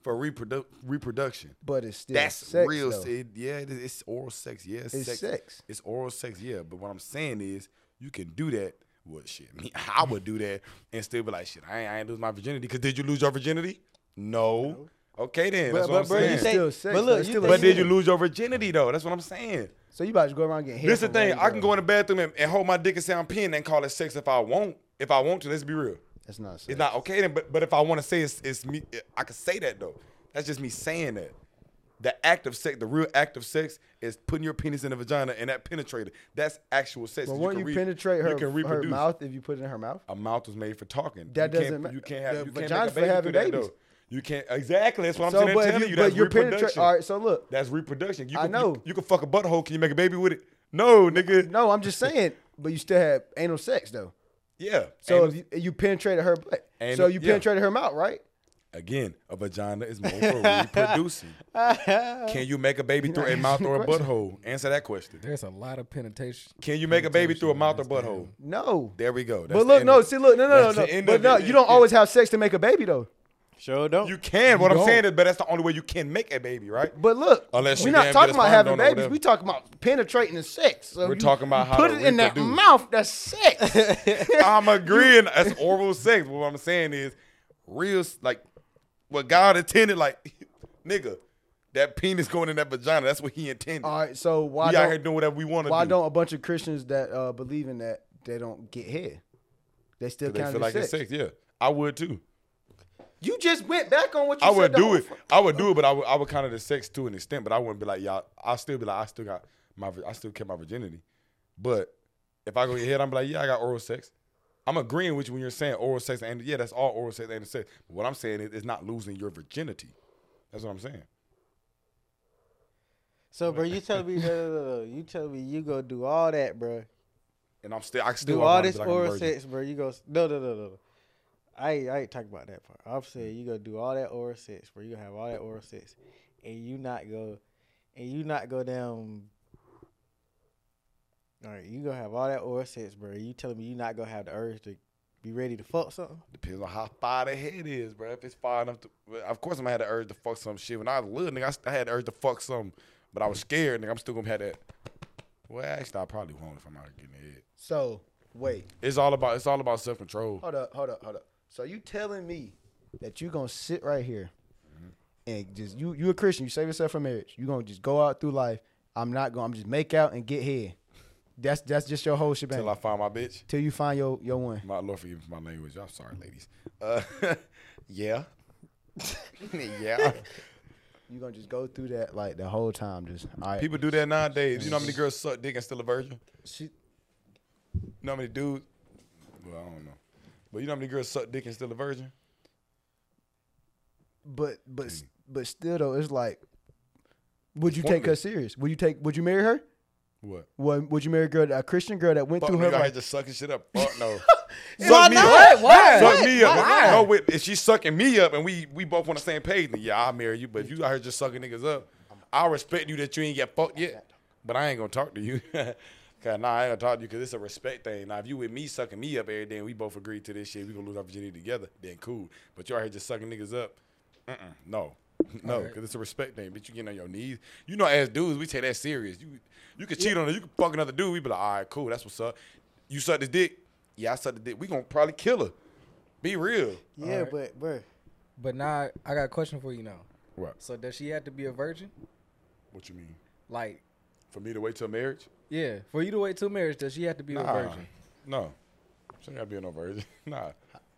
[SPEAKER 5] for reprodu- reproduction.
[SPEAKER 6] But it's still
[SPEAKER 5] That's
[SPEAKER 6] sex,
[SPEAKER 5] real.
[SPEAKER 6] though.
[SPEAKER 5] It, yeah, it is, it's oral sex. Yeah, it's,
[SPEAKER 6] It's sex.
[SPEAKER 5] It's oral sex. Yeah, but what I'm saying is, you can do that. Well, shit, me, I would do that and still be like, shit, I ain't, I ain't lose my virginity. Cause did you lose your virginity? No. Okay then. That's
[SPEAKER 3] But,
[SPEAKER 5] what
[SPEAKER 3] but, bro,
[SPEAKER 5] I'm
[SPEAKER 3] you
[SPEAKER 5] saying.
[SPEAKER 3] say,
[SPEAKER 6] Still sex,
[SPEAKER 3] but
[SPEAKER 6] though.
[SPEAKER 3] look,
[SPEAKER 6] It's
[SPEAKER 3] you
[SPEAKER 6] still
[SPEAKER 3] think
[SPEAKER 6] a
[SPEAKER 5] but
[SPEAKER 6] sex.
[SPEAKER 5] did you lose your virginity though? That's what I'm saying.
[SPEAKER 6] So you about to go around getting hit.
[SPEAKER 5] This is the
[SPEAKER 6] from
[SPEAKER 5] thing.
[SPEAKER 6] random
[SPEAKER 5] I can
[SPEAKER 6] girls.
[SPEAKER 5] go in the bathroom and, and hold my dick and sound pin and call it sex if I want. If I want to, let's be real.
[SPEAKER 6] That's not sex.
[SPEAKER 5] It's not okay then, but but if I want to say it's, it's me, I can say that though. That's just me saying that. The act of sex, the real act of sex, is putting your penis in the vagina and that penetrated. That's actual sex.
[SPEAKER 6] But
[SPEAKER 5] You
[SPEAKER 6] won't
[SPEAKER 5] can
[SPEAKER 6] you,
[SPEAKER 5] re-
[SPEAKER 6] penetrate
[SPEAKER 5] you
[SPEAKER 6] her,
[SPEAKER 5] can
[SPEAKER 6] her
[SPEAKER 5] reproduce.
[SPEAKER 6] mouth if you put it in her mouth?
[SPEAKER 5] A mouth was made for talking.
[SPEAKER 6] That
[SPEAKER 5] you can't-
[SPEAKER 6] doesn't ma-
[SPEAKER 5] You can't have.
[SPEAKER 6] the
[SPEAKER 5] you can't make
[SPEAKER 6] vagina's for
[SPEAKER 5] a baby
[SPEAKER 6] having
[SPEAKER 5] through that,
[SPEAKER 6] babies.
[SPEAKER 5] though. You can't. Exactly. That's what I'm
[SPEAKER 6] So,
[SPEAKER 5] saying.
[SPEAKER 6] but
[SPEAKER 5] I'm
[SPEAKER 6] if
[SPEAKER 5] telling
[SPEAKER 6] you-
[SPEAKER 5] you,
[SPEAKER 6] but
[SPEAKER 5] that's
[SPEAKER 6] you're penetra-
[SPEAKER 5] reproduction.
[SPEAKER 6] all right, so look.
[SPEAKER 5] That's reproduction. You
[SPEAKER 6] I
[SPEAKER 5] can, you-
[SPEAKER 6] know.
[SPEAKER 5] You, can fuck a butthole. Can you make a baby with it? No, nigga.
[SPEAKER 6] No, I'm just saying. But you still have anal sex though.
[SPEAKER 5] Yeah.
[SPEAKER 6] So
[SPEAKER 5] Anal-
[SPEAKER 6] if you, you penetrated her butt, so
[SPEAKER 5] Anal-
[SPEAKER 6] you
[SPEAKER 5] yeah.
[SPEAKER 6] penetrated her mouth, right?
[SPEAKER 5] Again, a vagina is more for reproducing. Can you make a baby through a mouth or a butthole? Answer that question.
[SPEAKER 4] There's a lot of penetration.
[SPEAKER 5] Can you make a baby through a mouth or
[SPEAKER 4] Penetration,
[SPEAKER 5] butthole?
[SPEAKER 4] that's
[SPEAKER 6] No.
[SPEAKER 5] There we go. That's
[SPEAKER 6] but
[SPEAKER 5] the
[SPEAKER 6] look,
[SPEAKER 5] end
[SPEAKER 6] no,
[SPEAKER 5] of it.
[SPEAKER 6] see, look, no, no,
[SPEAKER 5] That's
[SPEAKER 6] no,
[SPEAKER 5] the
[SPEAKER 6] no.
[SPEAKER 5] end
[SPEAKER 6] But
[SPEAKER 5] of
[SPEAKER 6] no,
[SPEAKER 5] it.
[SPEAKER 6] you don't always have sex to make a baby though.
[SPEAKER 3] Sure don't.
[SPEAKER 5] You can. What I'm
[SPEAKER 4] don't.
[SPEAKER 5] saying is, but that's the only way you can make a baby, right?
[SPEAKER 6] But look,
[SPEAKER 5] Unless
[SPEAKER 6] we're
[SPEAKER 5] you
[SPEAKER 6] not
[SPEAKER 5] damn
[SPEAKER 6] talking
[SPEAKER 5] get a
[SPEAKER 6] about
[SPEAKER 5] sperm
[SPEAKER 6] having
[SPEAKER 5] donor or
[SPEAKER 6] babies.
[SPEAKER 5] whatever.
[SPEAKER 6] We talking about penetrating the sex. So
[SPEAKER 5] We're
[SPEAKER 6] you
[SPEAKER 5] talking about how
[SPEAKER 6] put
[SPEAKER 5] to
[SPEAKER 6] it in that
[SPEAKER 5] reproduce.
[SPEAKER 6] mouth. That's sex.
[SPEAKER 5] I'm agreeing. That's oral sex. What I'm saying is, real s- like what God intended. Like, nigga, that penis going in that vagina. That's what He intended.
[SPEAKER 6] All right. So why
[SPEAKER 5] we out here
[SPEAKER 6] Uh, don't
[SPEAKER 5] doing whatever we want to do.
[SPEAKER 6] why don't a bunch of Christians that uh, believe in that they don't get hit? They still
[SPEAKER 5] they
[SPEAKER 6] count
[SPEAKER 5] feel
[SPEAKER 6] as
[SPEAKER 5] like
[SPEAKER 6] sex.
[SPEAKER 5] it's sex? Yeah, I would too.
[SPEAKER 6] You just went back on what you
[SPEAKER 5] I
[SPEAKER 6] said.
[SPEAKER 5] would
[SPEAKER 6] the
[SPEAKER 5] do
[SPEAKER 6] whole
[SPEAKER 5] it.
[SPEAKER 6] fu-
[SPEAKER 5] I would do it, but I would I would count it as sex to an extent. But I wouldn't be like y'all. I still be like I still got my I still kept my virginity. But if I go ahead, I'm like yeah, I got oral sex. I'm agreeing with you when you're saying oral sex and yeah, that's all oral sex and sex. But what I'm saying is it's not losing your virginity. That's what I'm saying.
[SPEAKER 3] So, bro, you tell me, no, no, no, no. you tell me, you go do all that, bro.
[SPEAKER 5] And I'm still, I still
[SPEAKER 3] Do
[SPEAKER 5] walk
[SPEAKER 3] all
[SPEAKER 5] around and
[SPEAKER 3] this
[SPEAKER 5] be like I'm a
[SPEAKER 3] oral
[SPEAKER 5] virgin.
[SPEAKER 3] sex, bro. You go s- no, no, no, no. no. I ain't, I ain't talking about that part. I'm saying you gonna do all that oral sex, bro. You gonna have all that oral sex, and you not go, and you not go down. All right, you gonna have all that oral sex, bro. You telling me you not gonna have the urge to be ready to fuck something?
[SPEAKER 5] Depends on how far the head is, bro. If it's far enough to, well, of course I'm gonna have the urge to fuck some shit. When I was little, nigga, I, st- I had the urge to fuck some, but I was scared, nigga. I'm still gonna have that. Well, actually, I probably won't if I'm not getting it.
[SPEAKER 6] So wait,
[SPEAKER 5] It's all about, it's all about self control.
[SPEAKER 6] hold up, hold up, hold up. So you telling me that you gonna sit right here
[SPEAKER 5] Mm-hmm.
[SPEAKER 6] and just you you a Christian, you save yourself from marriage. You gonna just go out through life. I'm not gonna. I'm just make out and get head. That's that's just your whole shebang.
[SPEAKER 5] Till I find my bitch.
[SPEAKER 6] Till you find your your one.
[SPEAKER 5] My Lord forgive me for my language. I'm sorry, ladies. Uh, yeah, yeah.
[SPEAKER 6] You gonna just go through that like the whole time. Just all right.
[SPEAKER 5] People do that nowadays. You know how many girls suck dick and still a virgin?
[SPEAKER 6] She-
[SPEAKER 5] You know how many dudes? Well, I don't know. But you know how many girls suck dick and still a virgin?
[SPEAKER 6] but but s- but still though, it's like, would you take her
[SPEAKER 5] pointless.
[SPEAKER 6] serious? Would you take? Would you marry her?
[SPEAKER 5] What?
[SPEAKER 6] Would, would you marry a girl, a Christian girl that went
[SPEAKER 5] Fuck
[SPEAKER 6] through
[SPEAKER 5] me,
[SPEAKER 6] her?
[SPEAKER 5] I
[SPEAKER 6] Like,
[SPEAKER 5] ain't just sucking shit up. Fuck no.
[SPEAKER 6] Why
[SPEAKER 5] me
[SPEAKER 6] not?
[SPEAKER 5] up.
[SPEAKER 4] Why?
[SPEAKER 5] Suck me up.
[SPEAKER 4] Why?
[SPEAKER 5] No, wait, if she's sucking me up and we we both on the same page, then yeah, I'll marry you. But if you out here just sucking niggas up, I respect you that you ain't get fucked yet. But I ain't gonna talk to you. Cause nah, I ain't gonna talk to you because it's a respect thing. Now, if you with me sucking me up every day and we both agree to this shit, we gonna lose our virginity together, then cool. But you out here just sucking niggas up, uh-uh, no. No, because it's a respect thing. Bitch, you getting on your knees. You know, as dudes, we take that serious. You you can cheat on her, you can fuck another dude. We be like, all right, cool, that's what's up. You suck this dick? Yeah, I suck the dick. We gonna probably kill her. Be real.
[SPEAKER 3] Yeah, but bro,
[SPEAKER 4] But now I got a question for you now.
[SPEAKER 5] What?
[SPEAKER 4] So does she have to be a virgin?
[SPEAKER 5] What you mean?
[SPEAKER 4] Like,
[SPEAKER 5] For me to wait till marriage?
[SPEAKER 4] yeah, for you to wait till marriage, does she have to be a virgin?
[SPEAKER 5] No. She ain't gotta be no virgin. Nah.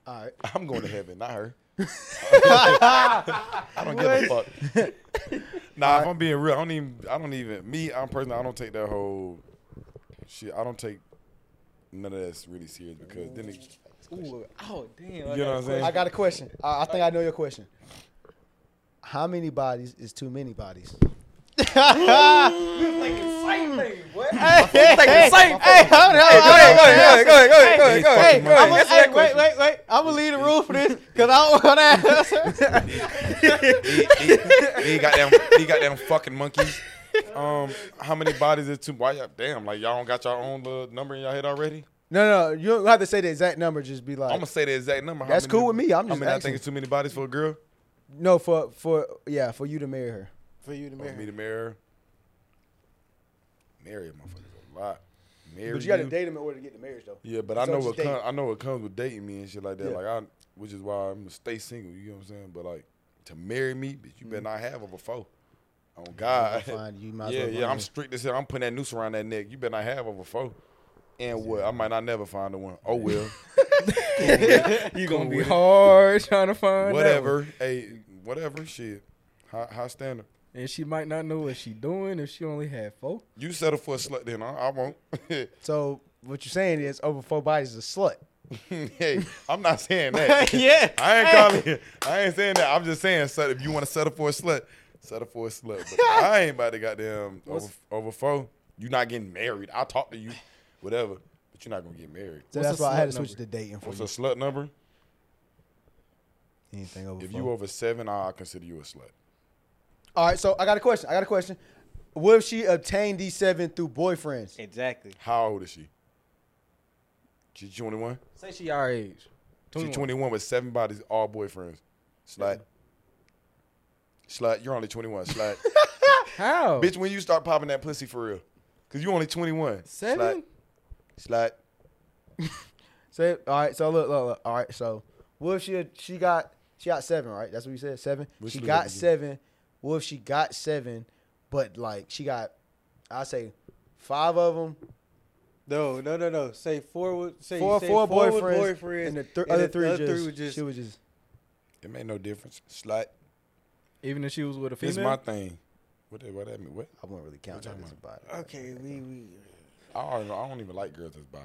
[SPEAKER 6] all right.
[SPEAKER 5] I'm going to heaven, not her. I don't give a fuck. Nah, if I'm being real, I don't even. I don't even. Me, I'm personally, I don't take that whole shit. I don't take none of that's really serious because then it,
[SPEAKER 4] Ooh, oh damn!
[SPEAKER 5] you know what I'm saying.
[SPEAKER 6] I got a question. I, I think I know your question. How many bodies is too many bodies?
[SPEAKER 3] Hey, hold on,
[SPEAKER 4] ahead, go ahead, go ahead, go ahead, go
[SPEAKER 3] Hey,
[SPEAKER 5] Fucking
[SPEAKER 3] I'm
[SPEAKER 5] money.
[SPEAKER 3] gonna, hey, wait, wait, wait. I'm gonna leave the room for this because I don't want to answer.
[SPEAKER 5] he, he, he got them. He got them fucking monkeys. Um, how many bodies is too? Why y'all? Damn, like y'all don't got your own little number in your head already.
[SPEAKER 6] No, no, you don't have to say the exact number. Just be
[SPEAKER 5] I'm
[SPEAKER 6] like,
[SPEAKER 5] gonna say the exact number. How
[SPEAKER 6] That's
[SPEAKER 5] many-
[SPEAKER 6] cool with me. I'm
[SPEAKER 5] how
[SPEAKER 6] just
[SPEAKER 5] many I
[SPEAKER 6] asking.
[SPEAKER 5] think it's too many bodies for a girl.
[SPEAKER 6] no, for for yeah, for you to marry her.
[SPEAKER 3] For you to
[SPEAKER 5] Marry. Me
[SPEAKER 3] marry.
[SPEAKER 5] to marry her. Marry a motherfucker a lot. Marry
[SPEAKER 6] But you got to date him in order to get the marriage, though.
[SPEAKER 5] Yeah, but I
[SPEAKER 6] So
[SPEAKER 5] know
[SPEAKER 6] just
[SPEAKER 5] what com-
[SPEAKER 6] date.
[SPEAKER 5] I know what comes with dating me and shit like that.
[SPEAKER 6] Yeah.
[SPEAKER 5] Like I, which is why I'm gonna stay single. You know what I'm saying? But like to marry me, bitch, you better not have her before. On God,
[SPEAKER 6] Mm. find you, you might as
[SPEAKER 5] yeah,
[SPEAKER 6] well
[SPEAKER 5] yeah,
[SPEAKER 6] find
[SPEAKER 5] I'm
[SPEAKER 6] her.
[SPEAKER 5] strict as hell. I'm putting that noose around that neck. You better not have her before. And what? I might not never find the one. Oh well,
[SPEAKER 4] You gonna be hard trying to find that one.
[SPEAKER 5] whatever. Hey, whatever. Shit, high, high standard.
[SPEAKER 4] And she might not know what she doing if she only had four.
[SPEAKER 5] You settle for a slut, then I, I won't.
[SPEAKER 6] So what you're saying is over four bodies is a slut.
[SPEAKER 5] hey, I'm not saying that.
[SPEAKER 3] yeah.
[SPEAKER 5] I ain't calling you. I ain't saying that. I'm just saying, so if you want to settle for a slut, settle for a slut. But I ain't about to goddamn over, over four. You not getting married. I'll talk to you, whatever. But you're not gonna get married.
[SPEAKER 6] So
[SPEAKER 4] What's
[SPEAKER 6] that's
[SPEAKER 4] a
[SPEAKER 6] why I had to
[SPEAKER 4] slut
[SPEAKER 6] switch
[SPEAKER 4] number?
[SPEAKER 6] to dating for
[SPEAKER 5] What's
[SPEAKER 6] you.
[SPEAKER 5] a slut number?
[SPEAKER 6] Anything over
[SPEAKER 5] If
[SPEAKER 6] four.
[SPEAKER 5] you over seven, I'll consider you a slut.
[SPEAKER 6] All right, so I got a question. I got a question. What if she obtained these seven through boyfriends?
[SPEAKER 3] Exactly.
[SPEAKER 5] How old is she? She 21.
[SPEAKER 4] Say she our age.
[SPEAKER 5] She
[SPEAKER 4] 21.
[SPEAKER 5] 21 with seven bodies, all boyfriends. Slut. Slut. You're only 21. Slut.
[SPEAKER 4] How?
[SPEAKER 5] Bitch, when you start popping that pussy for real? Cause you only 21.
[SPEAKER 4] Seven?
[SPEAKER 5] Slut. Slut.
[SPEAKER 6] So all right, so look, look, look. All right, so what if she she got she got seven, right? That's what you said, seven.
[SPEAKER 5] Which
[SPEAKER 6] she
[SPEAKER 5] little
[SPEAKER 6] got
[SPEAKER 5] nigga?
[SPEAKER 6] seven. What if she got seven, but like she got, I say, five of them.
[SPEAKER 3] No, no, no, no. Say four. Would, say
[SPEAKER 6] Four,
[SPEAKER 3] say
[SPEAKER 6] four,
[SPEAKER 3] would
[SPEAKER 6] boyfriends,
[SPEAKER 3] boyfriends,
[SPEAKER 6] and the th- other three
[SPEAKER 3] other
[SPEAKER 6] just,
[SPEAKER 3] would just-
[SPEAKER 6] she was just
[SPEAKER 5] It made no difference. Slut.
[SPEAKER 4] Even if she was with a
[SPEAKER 5] This
[SPEAKER 4] female?
[SPEAKER 5] is my thing. What that, what that mean? What?
[SPEAKER 6] I wouldn't really count that as a body.
[SPEAKER 3] Okay, we we.
[SPEAKER 5] I don't, know. I don't even like girls that's bi.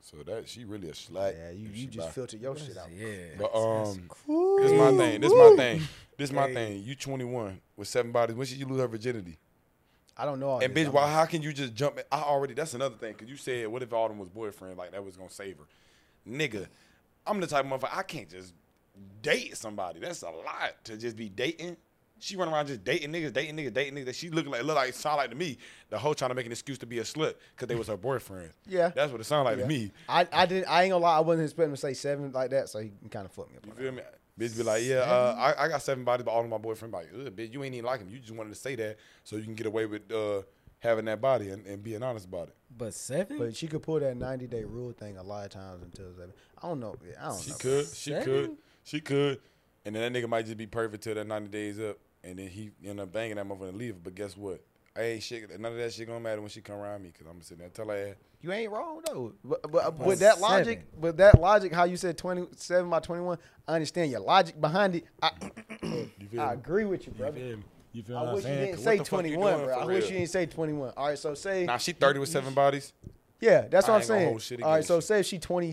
[SPEAKER 5] So that she really a slut.
[SPEAKER 6] Yeah, you
[SPEAKER 5] if
[SPEAKER 6] you
[SPEAKER 5] she
[SPEAKER 6] just
[SPEAKER 5] bi.
[SPEAKER 6] filter your shit out.
[SPEAKER 4] yeah.
[SPEAKER 5] But um, this my thing. This my thing. This my thing. You 21 with seven bodies. When should you lose her virginity?
[SPEAKER 6] I don't know. All
[SPEAKER 5] And
[SPEAKER 6] this.
[SPEAKER 5] bitch,
[SPEAKER 6] I'm
[SPEAKER 5] why?
[SPEAKER 6] like,
[SPEAKER 5] How can you just jump? In? I already. That's another thing. Cause you said, what if Autumn was boyfriend? Like that was gonna save her. Nigga, I'm the type of motherfucker. I can't just date somebody. That's a lot to just be dating. She run around just dating niggas, dating niggas, dating niggas. She look like look like sound like to me. The whole trying to make an excuse to be a slut because they was her boyfriend.
[SPEAKER 6] Yeah.
[SPEAKER 5] that's what it sound like
[SPEAKER 6] yeah.
[SPEAKER 5] to me.
[SPEAKER 6] I, I didn't. I ain't gonna lie. I wasn't expecting him to say seven like that. So he kind of flipped me. Up
[SPEAKER 5] You
[SPEAKER 6] on
[SPEAKER 5] feel me? Bitch be like, yeah, uh, I, I got seven bodies, but all of my boyfriend body. Ugh, bitch, you ain't even like him. You just wanted to say that so you can get away with uh, having that body and, and being honest about it.
[SPEAKER 4] But seven?
[SPEAKER 6] But she could pull that ninety day rule thing a lot of times until seven. I don't know. I don't
[SPEAKER 5] She
[SPEAKER 6] know.
[SPEAKER 5] could, she
[SPEAKER 4] Seven?
[SPEAKER 5] could, she could, and then that nigga might just be perfect till that ninety days up, and then he end up banging that motherfucker and leave. But guess what? I ain't shit. None of that shit gonna matter when she come around me, cause I'm sitting there tell her. ass,
[SPEAKER 6] You ain't wrong though. But, but
[SPEAKER 4] Plus
[SPEAKER 6] with that logic,
[SPEAKER 4] seven.
[SPEAKER 6] with that logic, how you said twenty seven by twenty one, I understand your logic behind it. I,
[SPEAKER 5] You feel
[SPEAKER 6] I
[SPEAKER 5] me?
[SPEAKER 6] agree with you,
[SPEAKER 4] You
[SPEAKER 6] brother.
[SPEAKER 4] feel me? You feel what
[SPEAKER 6] I
[SPEAKER 4] I'm
[SPEAKER 6] wish you
[SPEAKER 4] saying?
[SPEAKER 6] didn't
[SPEAKER 5] 'Cause
[SPEAKER 6] say
[SPEAKER 5] what the fuck you
[SPEAKER 6] 21,
[SPEAKER 5] doing
[SPEAKER 6] bro.
[SPEAKER 5] for
[SPEAKER 6] I wish
[SPEAKER 5] real?
[SPEAKER 6] you didn't say 21. All right, so say,
[SPEAKER 5] Now she thirty with seven bodies,
[SPEAKER 6] yeah, that's
[SPEAKER 5] I ain't
[SPEAKER 6] what I'm
[SPEAKER 5] gonna
[SPEAKER 6] saying.
[SPEAKER 5] hold shit
[SPEAKER 6] All right,
[SPEAKER 5] against
[SPEAKER 6] so
[SPEAKER 5] you.
[SPEAKER 6] say if she 20,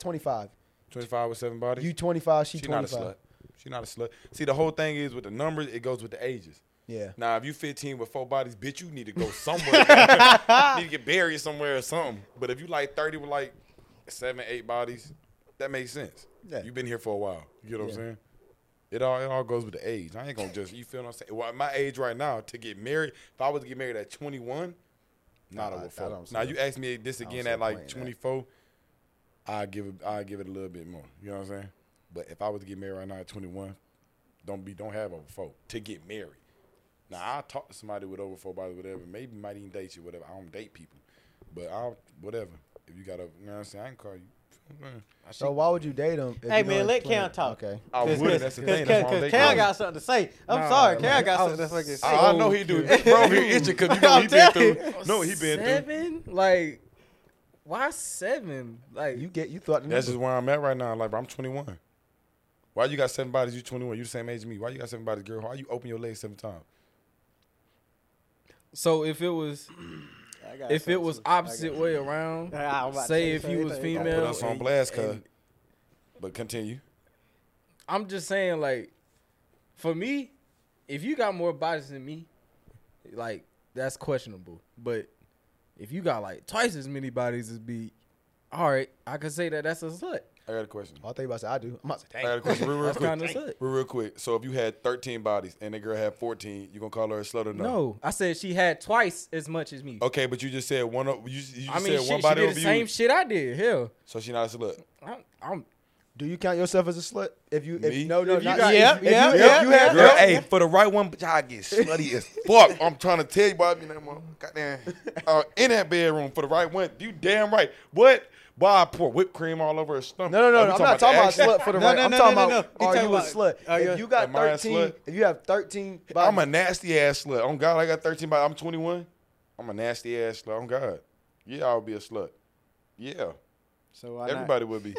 [SPEAKER 6] 25.
[SPEAKER 5] twenty five with seven bodies.
[SPEAKER 6] You 25, she,
[SPEAKER 5] she not a
[SPEAKER 6] 25.
[SPEAKER 5] slut. She not a slut. See, the whole thing is with the numbers, it goes with the ages.
[SPEAKER 6] Yeah.
[SPEAKER 5] Now, if you 15 with four bodies, bitch, you need to go somewhere. you need to get buried somewhere or something. But if you like 30 with like seven, eight bodies, that makes sense.
[SPEAKER 6] Yeah.
[SPEAKER 5] You've been here for a while. You get what I'm saying? It all it all goes with the age. I ain't gonna just you feel what I'm saying. Well, at my age right now to get married, if I was to get married at 21, not
[SPEAKER 6] Nah, I- I
[SPEAKER 5] a fuck.
[SPEAKER 6] don't see
[SPEAKER 5] Now
[SPEAKER 6] that.
[SPEAKER 5] you ask me this
[SPEAKER 6] don't
[SPEAKER 5] again
[SPEAKER 6] see
[SPEAKER 5] at
[SPEAKER 6] the
[SPEAKER 5] like
[SPEAKER 6] point in that.
[SPEAKER 5] 24, I give it I give it a little bit more. You know what I'm saying? But if I was to get married right now at 21, don't be don't have over four to get married. Now I talk to somebody with over four bodies, whatever. Maybe might even date you, whatever. I don't date people, but I'll whatever. If you got a, you know what I'm saying, I can call you.
[SPEAKER 6] So why would you date him?
[SPEAKER 3] Hey man, let Cam talk.
[SPEAKER 6] Okay.
[SPEAKER 5] I
[SPEAKER 3] Cause-
[SPEAKER 5] wouldn't,
[SPEAKER 3] cause-
[SPEAKER 5] that's the
[SPEAKER 3] cause-
[SPEAKER 5] thing, that's why
[SPEAKER 3] cause-
[SPEAKER 5] I'm
[SPEAKER 3] cause
[SPEAKER 5] dating
[SPEAKER 3] Cam
[SPEAKER 5] him.
[SPEAKER 3] got something to say. I'm sorry, Cam got
[SPEAKER 7] I was
[SPEAKER 3] something to fucking say.
[SPEAKER 5] I, I know he do, bro. He itching because you know he been
[SPEAKER 3] I'm
[SPEAKER 5] through. No, he been through.
[SPEAKER 4] seven? Like, why seven? Like,
[SPEAKER 6] You get you thought the
[SPEAKER 5] That's just
[SPEAKER 6] number.
[SPEAKER 5] where I'm at right now. Like, bro, I'm 21. Why you got seven bodies? You 21. You the same age as me. Why you got seven bodies, girl? Why you open your legs seven times?
[SPEAKER 4] so if it was
[SPEAKER 3] I got
[SPEAKER 4] if it
[SPEAKER 3] something
[SPEAKER 4] was
[SPEAKER 3] to-
[SPEAKER 4] opposite way around,
[SPEAKER 3] I was about to
[SPEAKER 4] say if
[SPEAKER 3] so
[SPEAKER 4] you
[SPEAKER 3] it
[SPEAKER 4] was
[SPEAKER 3] ain't-
[SPEAKER 5] Don't
[SPEAKER 4] female,
[SPEAKER 5] put us on
[SPEAKER 4] and-
[SPEAKER 5] blast, cuz.
[SPEAKER 4] and-
[SPEAKER 5] But continue.
[SPEAKER 4] I'm just saying, like, for me, if you got more bodies than me, like that's questionable. But if you got like twice as many bodies as me, all right, I could say that that's a slut.
[SPEAKER 5] I got a question.
[SPEAKER 6] I thought you about to say I do. I'm about to say,
[SPEAKER 5] I got a question. Real, real
[SPEAKER 4] That's kind of a
[SPEAKER 5] quick.
[SPEAKER 4] slut.
[SPEAKER 5] Real, real quick. So if you had 13 bodies and the girl had 14, you gonna call her a slut or no?
[SPEAKER 4] No, I said she had twice as much as me.
[SPEAKER 5] Okay, but you just said one. o- You, Oh, you just
[SPEAKER 4] I mean,
[SPEAKER 5] said
[SPEAKER 4] shit,
[SPEAKER 5] one
[SPEAKER 4] she
[SPEAKER 5] body
[SPEAKER 4] did
[SPEAKER 5] over
[SPEAKER 4] the same
[SPEAKER 5] you.
[SPEAKER 4] shit I did. Hell,
[SPEAKER 5] so she not a slut.
[SPEAKER 4] I'm, I'm
[SPEAKER 6] do you count yourself as a slut? If you
[SPEAKER 5] Me?
[SPEAKER 6] if, no no
[SPEAKER 4] If you
[SPEAKER 6] not,
[SPEAKER 4] got-
[SPEAKER 6] yeah
[SPEAKER 4] Yeah,
[SPEAKER 6] if you,
[SPEAKER 3] yeah,
[SPEAKER 6] if
[SPEAKER 3] yeah,
[SPEAKER 6] you have
[SPEAKER 5] Girl,
[SPEAKER 3] yeah.
[SPEAKER 5] hey, for the right one, but y'all get slutty as fuck. I'm trying to tell you, Bob. You know, mom, goddamn, uh, in that bedroom for the right one, you damn right. What? Bob pour whipped cream all over her stomach. Oh,
[SPEAKER 6] No, no,
[SPEAKER 5] Are
[SPEAKER 6] no.
[SPEAKER 5] we
[SPEAKER 6] I'm not talking about
[SPEAKER 5] the action?
[SPEAKER 6] slut for the
[SPEAKER 3] No,
[SPEAKER 6] right.
[SPEAKER 3] no,
[SPEAKER 6] I'm
[SPEAKER 3] no,
[SPEAKER 6] talking
[SPEAKER 3] no, no, no.
[SPEAKER 6] about
[SPEAKER 3] He
[SPEAKER 6] are
[SPEAKER 3] talking
[SPEAKER 6] you a
[SPEAKER 3] about-
[SPEAKER 6] slut?
[SPEAKER 3] are you
[SPEAKER 6] If
[SPEAKER 3] a-
[SPEAKER 6] you got
[SPEAKER 5] Am I a
[SPEAKER 6] 13,
[SPEAKER 5] slut?
[SPEAKER 6] if you have 13 bodies,
[SPEAKER 5] I'm a nasty ass slut. On God, I got 13, but I'm 21. I'm a nasty ass slut. On God, yeah, I'll be a slut. Yeah,
[SPEAKER 3] So why
[SPEAKER 5] everybody would be.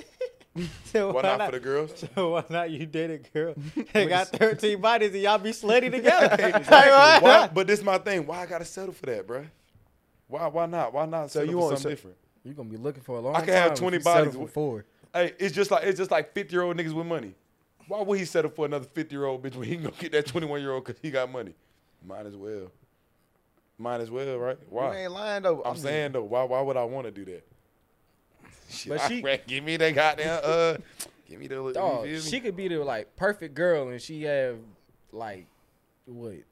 [SPEAKER 3] Not, so
[SPEAKER 5] Why not for the girls?
[SPEAKER 3] So why not you date a girl that got 13 bodies and y'all be slutty together?
[SPEAKER 5] Exactly. Why- But this my thing. Why I gotta settle for that, bruh? Why? Why not? Why not settle
[SPEAKER 6] you
[SPEAKER 5] for
[SPEAKER 6] want
[SPEAKER 5] something
[SPEAKER 6] se-
[SPEAKER 5] different?
[SPEAKER 4] you're gonna be looking for a long.
[SPEAKER 5] I could have
[SPEAKER 4] time if
[SPEAKER 5] 20
[SPEAKER 4] you settle
[SPEAKER 5] bodies
[SPEAKER 4] for
[SPEAKER 5] with-
[SPEAKER 4] four.
[SPEAKER 5] Hey, it's just like it's just like fifty year old niggas with money. Why would he settle for another fifty year old bitch when he can go get that twenty one year old because he got money? Might as well. Might as well, right?
[SPEAKER 6] you
[SPEAKER 5] Why?
[SPEAKER 6] ain't lying though.
[SPEAKER 5] I'm saying though, why why would I want to do that?
[SPEAKER 4] But
[SPEAKER 5] But she
[SPEAKER 4] she-
[SPEAKER 5] give me that goddamn uh, give me the you
[SPEAKER 4] Dog,
[SPEAKER 5] feel me?
[SPEAKER 4] she could be the like perfect girl, and she have like what?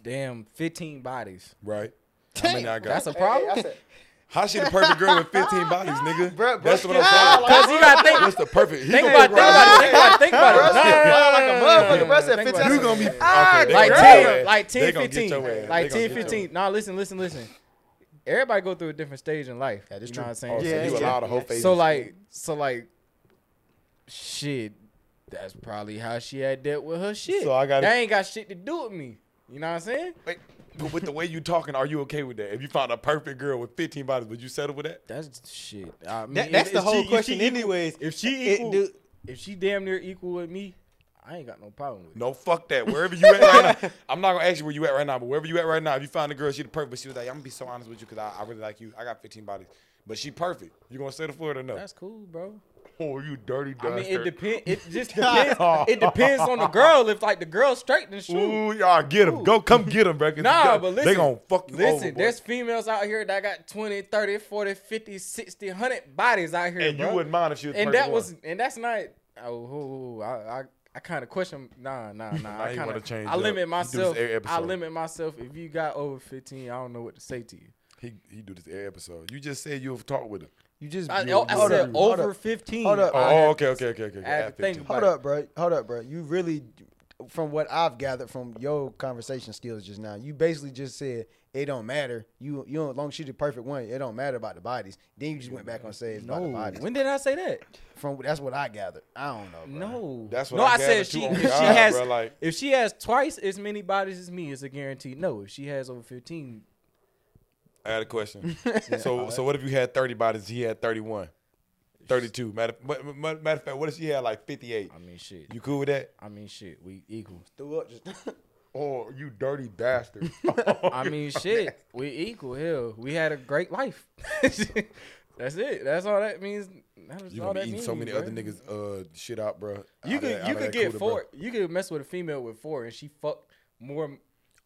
[SPEAKER 4] Damn, fifteen bodies.
[SPEAKER 5] right. How many I got?
[SPEAKER 4] That's a problem.
[SPEAKER 5] How she the perfect girl with fifteen bodies, nigga?
[SPEAKER 6] Bruh,
[SPEAKER 5] That's
[SPEAKER 6] bruh,
[SPEAKER 5] what I'm saying.
[SPEAKER 4] Cause you gotta think,
[SPEAKER 5] What's the perfect? He
[SPEAKER 4] think
[SPEAKER 5] gonna
[SPEAKER 4] about, think about, it, think about, it, think about. it.
[SPEAKER 6] like a motherfucker. Bro, I said
[SPEAKER 4] Think
[SPEAKER 6] 15.
[SPEAKER 4] about it.
[SPEAKER 6] I
[SPEAKER 5] You
[SPEAKER 6] said-
[SPEAKER 5] gonna be okay,
[SPEAKER 6] Ah,
[SPEAKER 5] they
[SPEAKER 4] like
[SPEAKER 5] gonna get your
[SPEAKER 6] Right.
[SPEAKER 4] 10,
[SPEAKER 5] ass.
[SPEAKER 4] like
[SPEAKER 5] They
[SPEAKER 4] 10,
[SPEAKER 5] gonna get
[SPEAKER 4] 15.
[SPEAKER 5] your ass. They
[SPEAKER 4] Like
[SPEAKER 5] gonna
[SPEAKER 4] 10,
[SPEAKER 5] get your
[SPEAKER 4] 15. Now listen, listen, listen. Everybody go through a different stage in life.
[SPEAKER 6] That is
[SPEAKER 4] you
[SPEAKER 6] true.
[SPEAKER 4] know what I'm saying?
[SPEAKER 5] Oh, so
[SPEAKER 3] Yeah,
[SPEAKER 5] you
[SPEAKER 3] yeah.
[SPEAKER 5] allow the whole phase.
[SPEAKER 4] So like, so like, shit. That's probably how she had dealt with her shit.
[SPEAKER 5] So I gotta-
[SPEAKER 4] That ain't got shit to do with me. You know what I'm saying?
[SPEAKER 5] Wait, but with the way you talking, are you okay with that? If you found a perfect girl with 15 bodies, would you settle with that?
[SPEAKER 4] That's shit. I mean,
[SPEAKER 3] That-
[SPEAKER 4] if-
[SPEAKER 3] that's the
[SPEAKER 4] if
[SPEAKER 3] whole
[SPEAKER 4] she-
[SPEAKER 3] question
[SPEAKER 4] If she,
[SPEAKER 3] anyways.
[SPEAKER 4] if she
[SPEAKER 3] It
[SPEAKER 4] equal,
[SPEAKER 3] do-
[SPEAKER 4] if she damn near equal with me, I ain't got no problem with it.
[SPEAKER 5] No, fuck that. Wherever you at right now, I'm not gonna ask you where you at right now, but wherever you at right now, if you find a girl, she the perfect. But she was like, I'm gonna be so honest with you because I, I really like you. I got 15 bodies, but she perfect. You gonna settle for it or no?
[SPEAKER 4] That's cool, bro.
[SPEAKER 5] Oh, you dirty
[SPEAKER 4] I
[SPEAKER 5] dastard.
[SPEAKER 4] mean, it depend. It just depends. it depends on the girl. If like the girl straight, then shoot.
[SPEAKER 5] Ooh, y'all get him. Go, come get him, bro. 'cause
[SPEAKER 4] Nah,
[SPEAKER 5] y'all-
[SPEAKER 4] but listen.
[SPEAKER 5] they gonna fuck you
[SPEAKER 4] Listen,
[SPEAKER 5] over, boy.
[SPEAKER 4] there's females out here that got 20, 30, 40, 50, 60, 100 bodies out here.
[SPEAKER 5] and you
[SPEAKER 4] bruh.
[SPEAKER 5] wouldn't mind if she was. the
[SPEAKER 4] And
[SPEAKER 5] perfect
[SPEAKER 4] that
[SPEAKER 5] one.
[SPEAKER 4] was and that's not oh, oh, oh, I I, I kind of question nah nah nah
[SPEAKER 5] he
[SPEAKER 4] I kind
[SPEAKER 5] wanna
[SPEAKER 4] of
[SPEAKER 5] change
[SPEAKER 4] I
[SPEAKER 5] up. He do
[SPEAKER 4] limit
[SPEAKER 5] this
[SPEAKER 4] myself
[SPEAKER 5] every
[SPEAKER 4] I
[SPEAKER 5] episode.
[SPEAKER 4] limit myself if you got over 15 I don't know what to say to you
[SPEAKER 5] He he do this every episode. You just said you've talked with him.
[SPEAKER 6] You just
[SPEAKER 4] I, oh,
[SPEAKER 6] you-
[SPEAKER 4] I
[SPEAKER 6] hold
[SPEAKER 4] said
[SPEAKER 6] up, hold
[SPEAKER 4] over
[SPEAKER 6] up.
[SPEAKER 4] 15
[SPEAKER 6] Hold up.
[SPEAKER 5] Oh,
[SPEAKER 4] I
[SPEAKER 5] oh,
[SPEAKER 4] had-
[SPEAKER 5] okay, okay, okay, okay. okay.
[SPEAKER 4] I had to
[SPEAKER 5] At
[SPEAKER 4] think
[SPEAKER 5] 15.
[SPEAKER 4] about
[SPEAKER 6] Hold
[SPEAKER 4] it.
[SPEAKER 6] up, bro. Hold up, bro. You really, from what I've gathered from your conversation skills just now, you basically just said it don't matter. You you don't, as long as she's the perfect one, it don't matter about the bodies. Then you just went back on say it's about the
[SPEAKER 4] No.
[SPEAKER 6] bodies.
[SPEAKER 4] When did I say that?
[SPEAKER 6] From that's what I gathered. I don't know. Bro.
[SPEAKER 4] No.
[SPEAKER 5] That's what
[SPEAKER 4] no,
[SPEAKER 5] I
[SPEAKER 4] I said
[SPEAKER 5] gathered,
[SPEAKER 4] she
[SPEAKER 5] too, on
[SPEAKER 4] if she
[SPEAKER 5] God,
[SPEAKER 4] has
[SPEAKER 5] bruh, like-
[SPEAKER 4] if she has twice as many bodies as me, it's a guaranteed no. If she has over 15,
[SPEAKER 5] I had a question. so so what if you had thirty bodies? He had thirty one. 32. Matter, ma- ma- matter of fact, what if she had like 58?
[SPEAKER 4] I mean shit.
[SPEAKER 5] You cool with that?
[SPEAKER 4] I mean shit, we equal.
[SPEAKER 6] Threw up just.
[SPEAKER 5] Oh, you dirty bastard. Oh,
[SPEAKER 4] I mean, shit, we equal. Hell, we had a great life. That's it. That's all that means. That's
[SPEAKER 5] you
[SPEAKER 4] all
[SPEAKER 5] gonna be
[SPEAKER 4] that
[SPEAKER 5] eating
[SPEAKER 4] means,
[SPEAKER 5] so many
[SPEAKER 4] bruh.
[SPEAKER 5] other niggas uh, shit out, bro.
[SPEAKER 4] You could you could get four. You could mess with a female with four, and she fucked more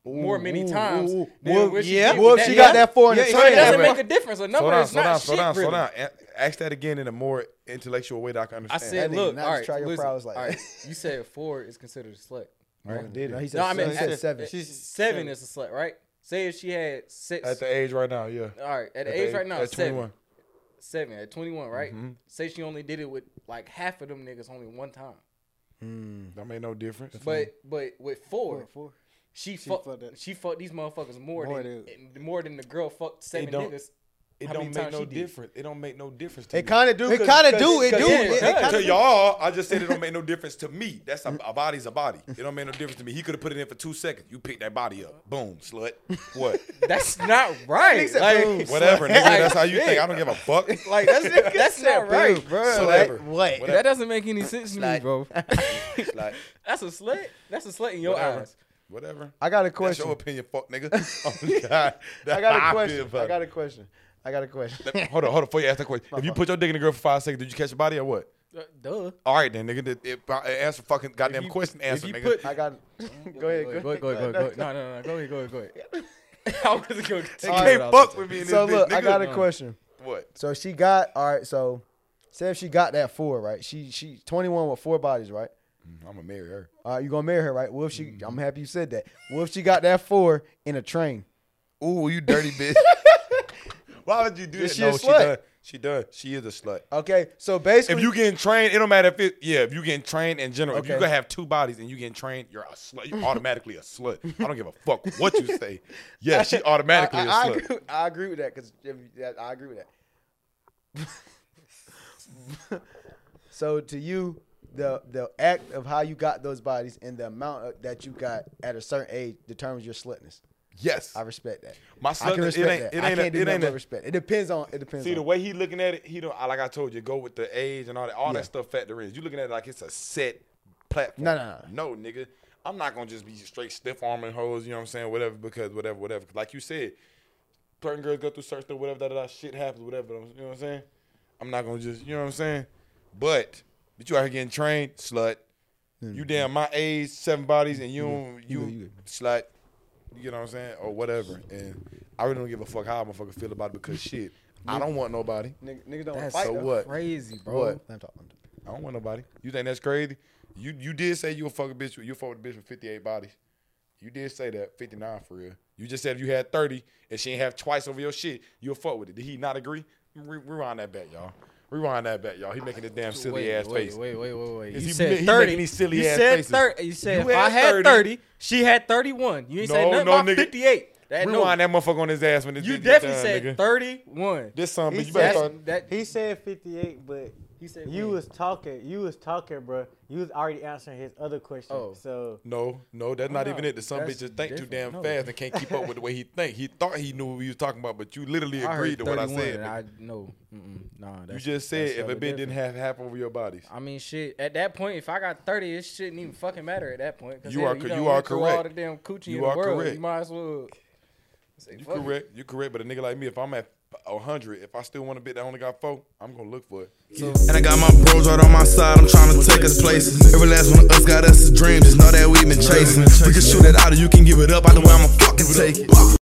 [SPEAKER 4] more many
[SPEAKER 6] ooh,
[SPEAKER 4] times.
[SPEAKER 6] ooh.
[SPEAKER 4] than
[SPEAKER 6] Well,
[SPEAKER 4] what she
[SPEAKER 6] yeah.
[SPEAKER 4] did
[SPEAKER 6] Well,
[SPEAKER 4] with
[SPEAKER 6] if she got that four in the
[SPEAKER 4] Yeah,
[SPEAKER 6] tank,
[SPEAKER 4] It doesn't
[SPEAKER 6] bruh.
[SPEAKER 4] make a difference. A
[SPEAKER 5] Slow
[SPEAKER 4] number
[SPEAKER 5] down,
[SPEAKER 4] is
[SPEAKER 5] slow
[SPEAKER 4] not
[SPEAKER 5] down,
[SPEAKER 4] shit.
[SPEAKER 5] slow down, slow
[SPEAKER 4] really.
[SPEAKER 5] down. A- Ask that again in a more intellectual way that I can
[SPEAKER 4] I
[SPEAKER 5] understand.
[SPEAKER 4] said,
[SPEAKER 6] nigga
[SPEAKER 4] look,
[SPEAKER 6] not
[SPEAKER 4] all
[SPEAKER 6] just
[SPEAKER 4] right,
[SPEAKER 6] try your
[SPEAKER 4] listen,
[SPEAKER 6] prowess like
[SPEAKER 4] all right,
[SPEAKER 6] that.
[SPEAKER 4] You said four is considered a slut.
[SPEAKER 6] Right? Did uh, he said,
[SPEAKER 4] No, I mean
[SPEAKER 6] he said
[SPEAKER 4] at-
[SPEAKER 6] seven.
[SPEAKER 4] at- seven is a slut, right? Say if she had six.
[SPEAKER 5] at the age right now, yeah.
[SPEAKER 4] all right, at the
[SPEAKER 5] At
[SPEAKER 4] age right now,
[SPEAKER 5] at Mm-hmm.
[SPEAKER 4] seven.
[SPEAKER 5] 21.
[SPEAKER 4] seven at 21, right? Say she only did it with like half of them niggas only one time.
[SPEAKER 5] Mm-hmm. That made no difference.
[SPEAKER 4] But but with four,
[SPEAKER 3] four.
[SPEAKER 4] she, fucked
[SPEAKER 3] fucked that-
[SPEAKER 4] she fucked these motherfuckers more,
[SPEAKER 3] More
[SPEAKER 4] than and more than the girl fucked seven
[SPEAKER 5] don't-
[SPEAKER 4] niggas.
[SPEAKER 5] it
[SPEAKER 4] how
[SPEAKER 5] don't
[SPEAKER 4] many
[SPEAKER 5] make
[SPEAKER 4] times
[SPEAKER 5] no
[SPEAKER 4] she did.
[SPEAKER 5] difference. It don't make no difference to
[SPEAKER 6] It
[SPEAKER 5] you.
[SPEAKER 6] kind of do.
[SPEAKER 3] It kinda do, it do,
[SPEAKER 4] it- it kinda
[SPEAKER 5] to
[SPEAKER 4] do.
[SPEAKER 5] y'all, I just said it don't make no difference to me. That's
[SPEAKER 6] Mm.
[SPEAKER 5] a, a body's a body. It don't make no difference to me. He could have put it in for two seconds. You picked that body up. Boom, slut. What?
[SPEAKER 4] That's not right. like,
[SPEAKER 5] Whatever, nigga.
[SPEAKER 4] Like,
[SPEAKER 5] That's how you
[SPEAKER 4] shit.
[SPEAKER 5] think. I don't give a fuck.
[SPEAKER 4] like that's that's not right, bro.
[SPEAKER 5] Slut.
[SPEAKER 4] Like,
[SPEAKER 5] Whatever.
[SPEAKER 6] What?
[SPEAKER 4] that doesn't make any sense to me, bro.
[SPEAKER 5] Like,
[SPEAKER 4] that's a slut. That's a slut in your
[SPEAKER 5] Whatever.
[SPEAKER 4] eyes.
[SPEAKER 5] whatever.
[SPEAKER 6] I got a
[SPEAKER 5] That's your
[SPEAKER 6] question.
[SPEAKER 5] opinion, fuck nigga. Oh God,
[SPEAKER 6] I got a question. I got a question. I got a question.
[SPEAKER 5] Hold on, hold on. Before you ask that question, if you put your dick in the girl for five seconds, did you catch the body or what?
[SPEAKER 4] Uh, Duh.
[SPEAKER 5] All right then, nigga. If, if, I- answer fucking goddamn
[SPEAKER 4] you-
[SPEAKER 5] question. Answer,
[SPEAKER 4] if you
[SPEAKER 5] nigga.
[SPEAKER 4] put-
[SPEAKER 6] I got. Go ahead. Go ahead.
[SPEAKER 4] Go ahead, go ahead, go ahead, go ahead. No, no, no. Go ahead, go ahead, go ahead. I was gonna continue
[SPEAKER 5] You
[SPEAKER 4] what I
[SPEAKER 5] can't
[SPEAKER 4] was
[SPEAKER 5] fuck
[SPEAKER 4] gonna
[SPEAKER 5] with me in this
[SPEAKER 6] So
[SPEAKER 5] bitch,
[SPEAKER 6] look, I
[SPEAKER 5] nigga.
[SPEAKER 6] got a question.
[SPEAKER 5] What?
[SPEAKER 6] So she got all right. So say if she got that four right, she she twenty one with four bodies right.
[SPEAKER 5] I'm gonna marry her.
[SPEAKER 6] All right, you gonna marry her right? Well, if she, I'm happy you said that. Well, if she got that four in a train,
[SPEAKER 5] Ooh, you dirty bitch. Why would you do
[SPEAKER 6] Is
[SPEAKER 5] that?
[SPEAKER 6] she a
[SPEAKER 5] no, she
[SPEAKER 6] slut?
[SPEAKER 5] done. She done. She is a slut.
[SPEAKER 6] okay. So basically,
[SPEAKER 5] If you getting trained, it don't matter if it. Yeah, if you getting trained in general, if you
[SPEAKER 6] Okay.
[SPEAKER 5] gonna have two bodies and you getting trained, you're a slut. You're automatically a slut. I don't give a fuck what you say. Yeah, she automatically
[SPEAKER 6] I,
[SPEAKER 5] a
[SPEAKER 6] I,
[SPEAKER 5] slut.
[SPEAKER 6] agree, I agree with that because I agree with that. so to you, the the act of how you got those bodies and the amount of, that you got at a certain age determines your slutness.
[SPEAKER 5] Yes.
[SPEAKER 6] I respect that.
[SPEAKER 5] My
[SPEAKER 6] I can
[SPEAKER 5] slutness- it
[SPEAKER 6] respect
[SPEAKER 5] ain't-
[SPEAKER 6] that.
[SPEAKER 5] it
[SPEAKER 6] I
[SPEAKER 5] ain't
[SPEAKER 6] can't
[SPEAKER 5] a-
[SPEAKER 6] do
[SPEAKER 5] it
[SPEAKER 6] nothing
[SPEAKER 5] ain't a-
[SPEAKER 6] but respect. It depends on. It depends.
[SPEAKER 5] See the
[SPEAKER 6] on.
[SPEAKER 5] way he looking at it, he don't. Like I told you, go with the age and all that. All
[SPEAKER 6] Yeah.
[SPEAKER 5] that stuff factor in. You looking at it like it's a set platform.
[SPEAKER 6] No, no,
[SPEAKER 5] no, nigga. I'm not gonna just be straight stiff arming hoes. You know what I'm saying? Whatever, because whatever, whatever. 'Cause Like you said, certain girls go through certain stuff, whatever, da da da. Shit happens, whatever. You know what I'm saying? I'm not gonna just. You know what I'm saying? But, but you out here getting trained, slut. You damn my age, seven bodies, and you don't, you,
[SPEAKER 6] Hmm. you good.
[SPEAKER 5] slut. You know what I'm saying, or whatever. And I really don't give a fuck how motherfucker feel about it because shit, I don't want nobody.
[SPEAKER 6] Nigga, niggas don't
[SPEAKER 4] That's
[SPEAKER 6] fight.
[SPEAKER 5] So
[SPEAKER 6] though.
[SPEAKER 5] what?
[SPEAKER 4] Crazy, bro.
[SPEAKER 5] What?
[SPEAKER 6] Let him talk, let him talk.
[SPEAKER 5] I don't want nobody. You think that's crazy? You you did say you a fucking bitch. with- You fuck with a bitch with fifty eight bodies. You did say that fifty nine for real. You just said if you had thirty and she ain't have twice over your shit, you'll fuck with it. Did he not agree? Re- rewind that back, y'all. Rewind that back, y'all. He making this damn silly
[SPEAKER 4] wait,
[SPEAKER 5] ass
[SPEAKER 4] wait,
[SPEAKER 5] face.
[SPEAKER 4] Wait, wait, wait, wait.
[SPEAKER 5] Is he
[SPEAKER 4] You
[SPEAKER 5] ma-
[SPEAKER 4] said
[SPEAKER 5] he
[SPEAKER 4] thirty.
[SPEAKER 5] making these silly
[SPEAKER 4] you
[SPEAKER 5] ass
[SPEAKER 4] said
[SPEAKER 5] faces?
[SPEAKER 4] thirty. You said
[SPEAKER 5] You
[SPEAKER 4] if
[SPEAKER 5] had
[SPEAKER 4] I had
[SPEAKER 5] 30.
[SPEAKER 4] 30. she had thirty-one. You ain't
[SPEAKER 5] No,
[SPEAKER 4] saying nothing
[SPEAKER 5] no,
[SPEAKER 4] about
[SPEAKER 5] nigga.
[SPEAKER 4] fifty-eight. That, no.
[SPEAKER 5] Rewind that motherfucker on his ass when this
[SPEAKER 4] you
[SPEAKER 5] bitch get
[SPEAKER 4] definitely
[SPEAKER 5] done,
[SPEAKER 4] said
[SPEAKER 5] nigga.
[SPEAKER 4] thirty-one.
[SPEAKER 5] This son,
[SPEAKER 3] He
[SPEAKER 5] bitch, you better
[SPEAKER 3] said-
[SPEAKER 5] start.
[SPEAKER 4] that
[SPEAKER 3] He said 58, but
[SPEAKER 4] He said
[SPEAKER 3] you
[SPEAKER 4] when?
[SPEAKER 3] was talking, you was talking, bro. You was already answering his other question.
[SPEAKER 4] Oh.
[SPEAKER 3] So
[SPEAKER 5] No, no, that's not even it. The some
[SPEAKER 4] that's
[SPEAKER 5] bitches think too
[SPEAKER 4] different.
[SPEAKER 5] damn
[SPEAKER 4] No.
[SPEAKER 5] fast and can't keep up with the way he think. He thought he knew what he was talking about, but you literally
[SPEAKER 4] I
[SPEAKER 5] agreed
[SPEAKER 4] heard
[SPEAKER 5] to what I
[SPEAKER 4] 31
[SPEAKER 5] said.
[SPEAKER 4] and
[SPEAKER 5] nigga.
[SPEAKER 4] I no, mm-mm, nah.
[SPEAKER 5] you
[SPEAKER 4] That's,
[SPEAKER 5] just said
[SPEAKER 4] that's
[SPEAKER 5] if a
[SPEAKER 4] hella
[SPEAKER 5] bitch didn't
[SPEAKER 4] different.
[SPEAKER 5] have half over your bodies.
[SPEAKER 4] I mean, shit. At that point, if I got thirty, it shouldn't even fucking matter at that point. 'cause
[SPEAKER 5] You
[SPEAKER 4] hell,
[SPEAKER 5] are
[SPEAKER 4] you
[SPEAKER 5] cor-
[SPEAKER 4] done
[SPEAKER 5] you
[SPEAKER 4] went
[SPEAKER 5] are
[SPEAKER 4] through All the
[SPEAKER 5] correct.
[SPEAKER 4] damn coochie
[SPEAKER 5] You
[SPEAKER 4] in the
[SPEAKER 5] are
[SPEAKER 4] world.
[SPEAKER 5] correct.
[SPEAKER 4] You might as well. Say,
[SPEAKER 5] You
[SPEAKER 4] fuck it.
[SPEAKER 5] correct. You correct. But a nigga like me, if I'm at a hundred. If I still want to bet that I only got four, I'm gonna look for it.
[SPEAKER 2] And I got my bros right on my side, I'm trying to take us places. Every last one of us got us a dream, just know that we been chasing. We can shoot it out or you can give it up, I know where I'ma fucking take it.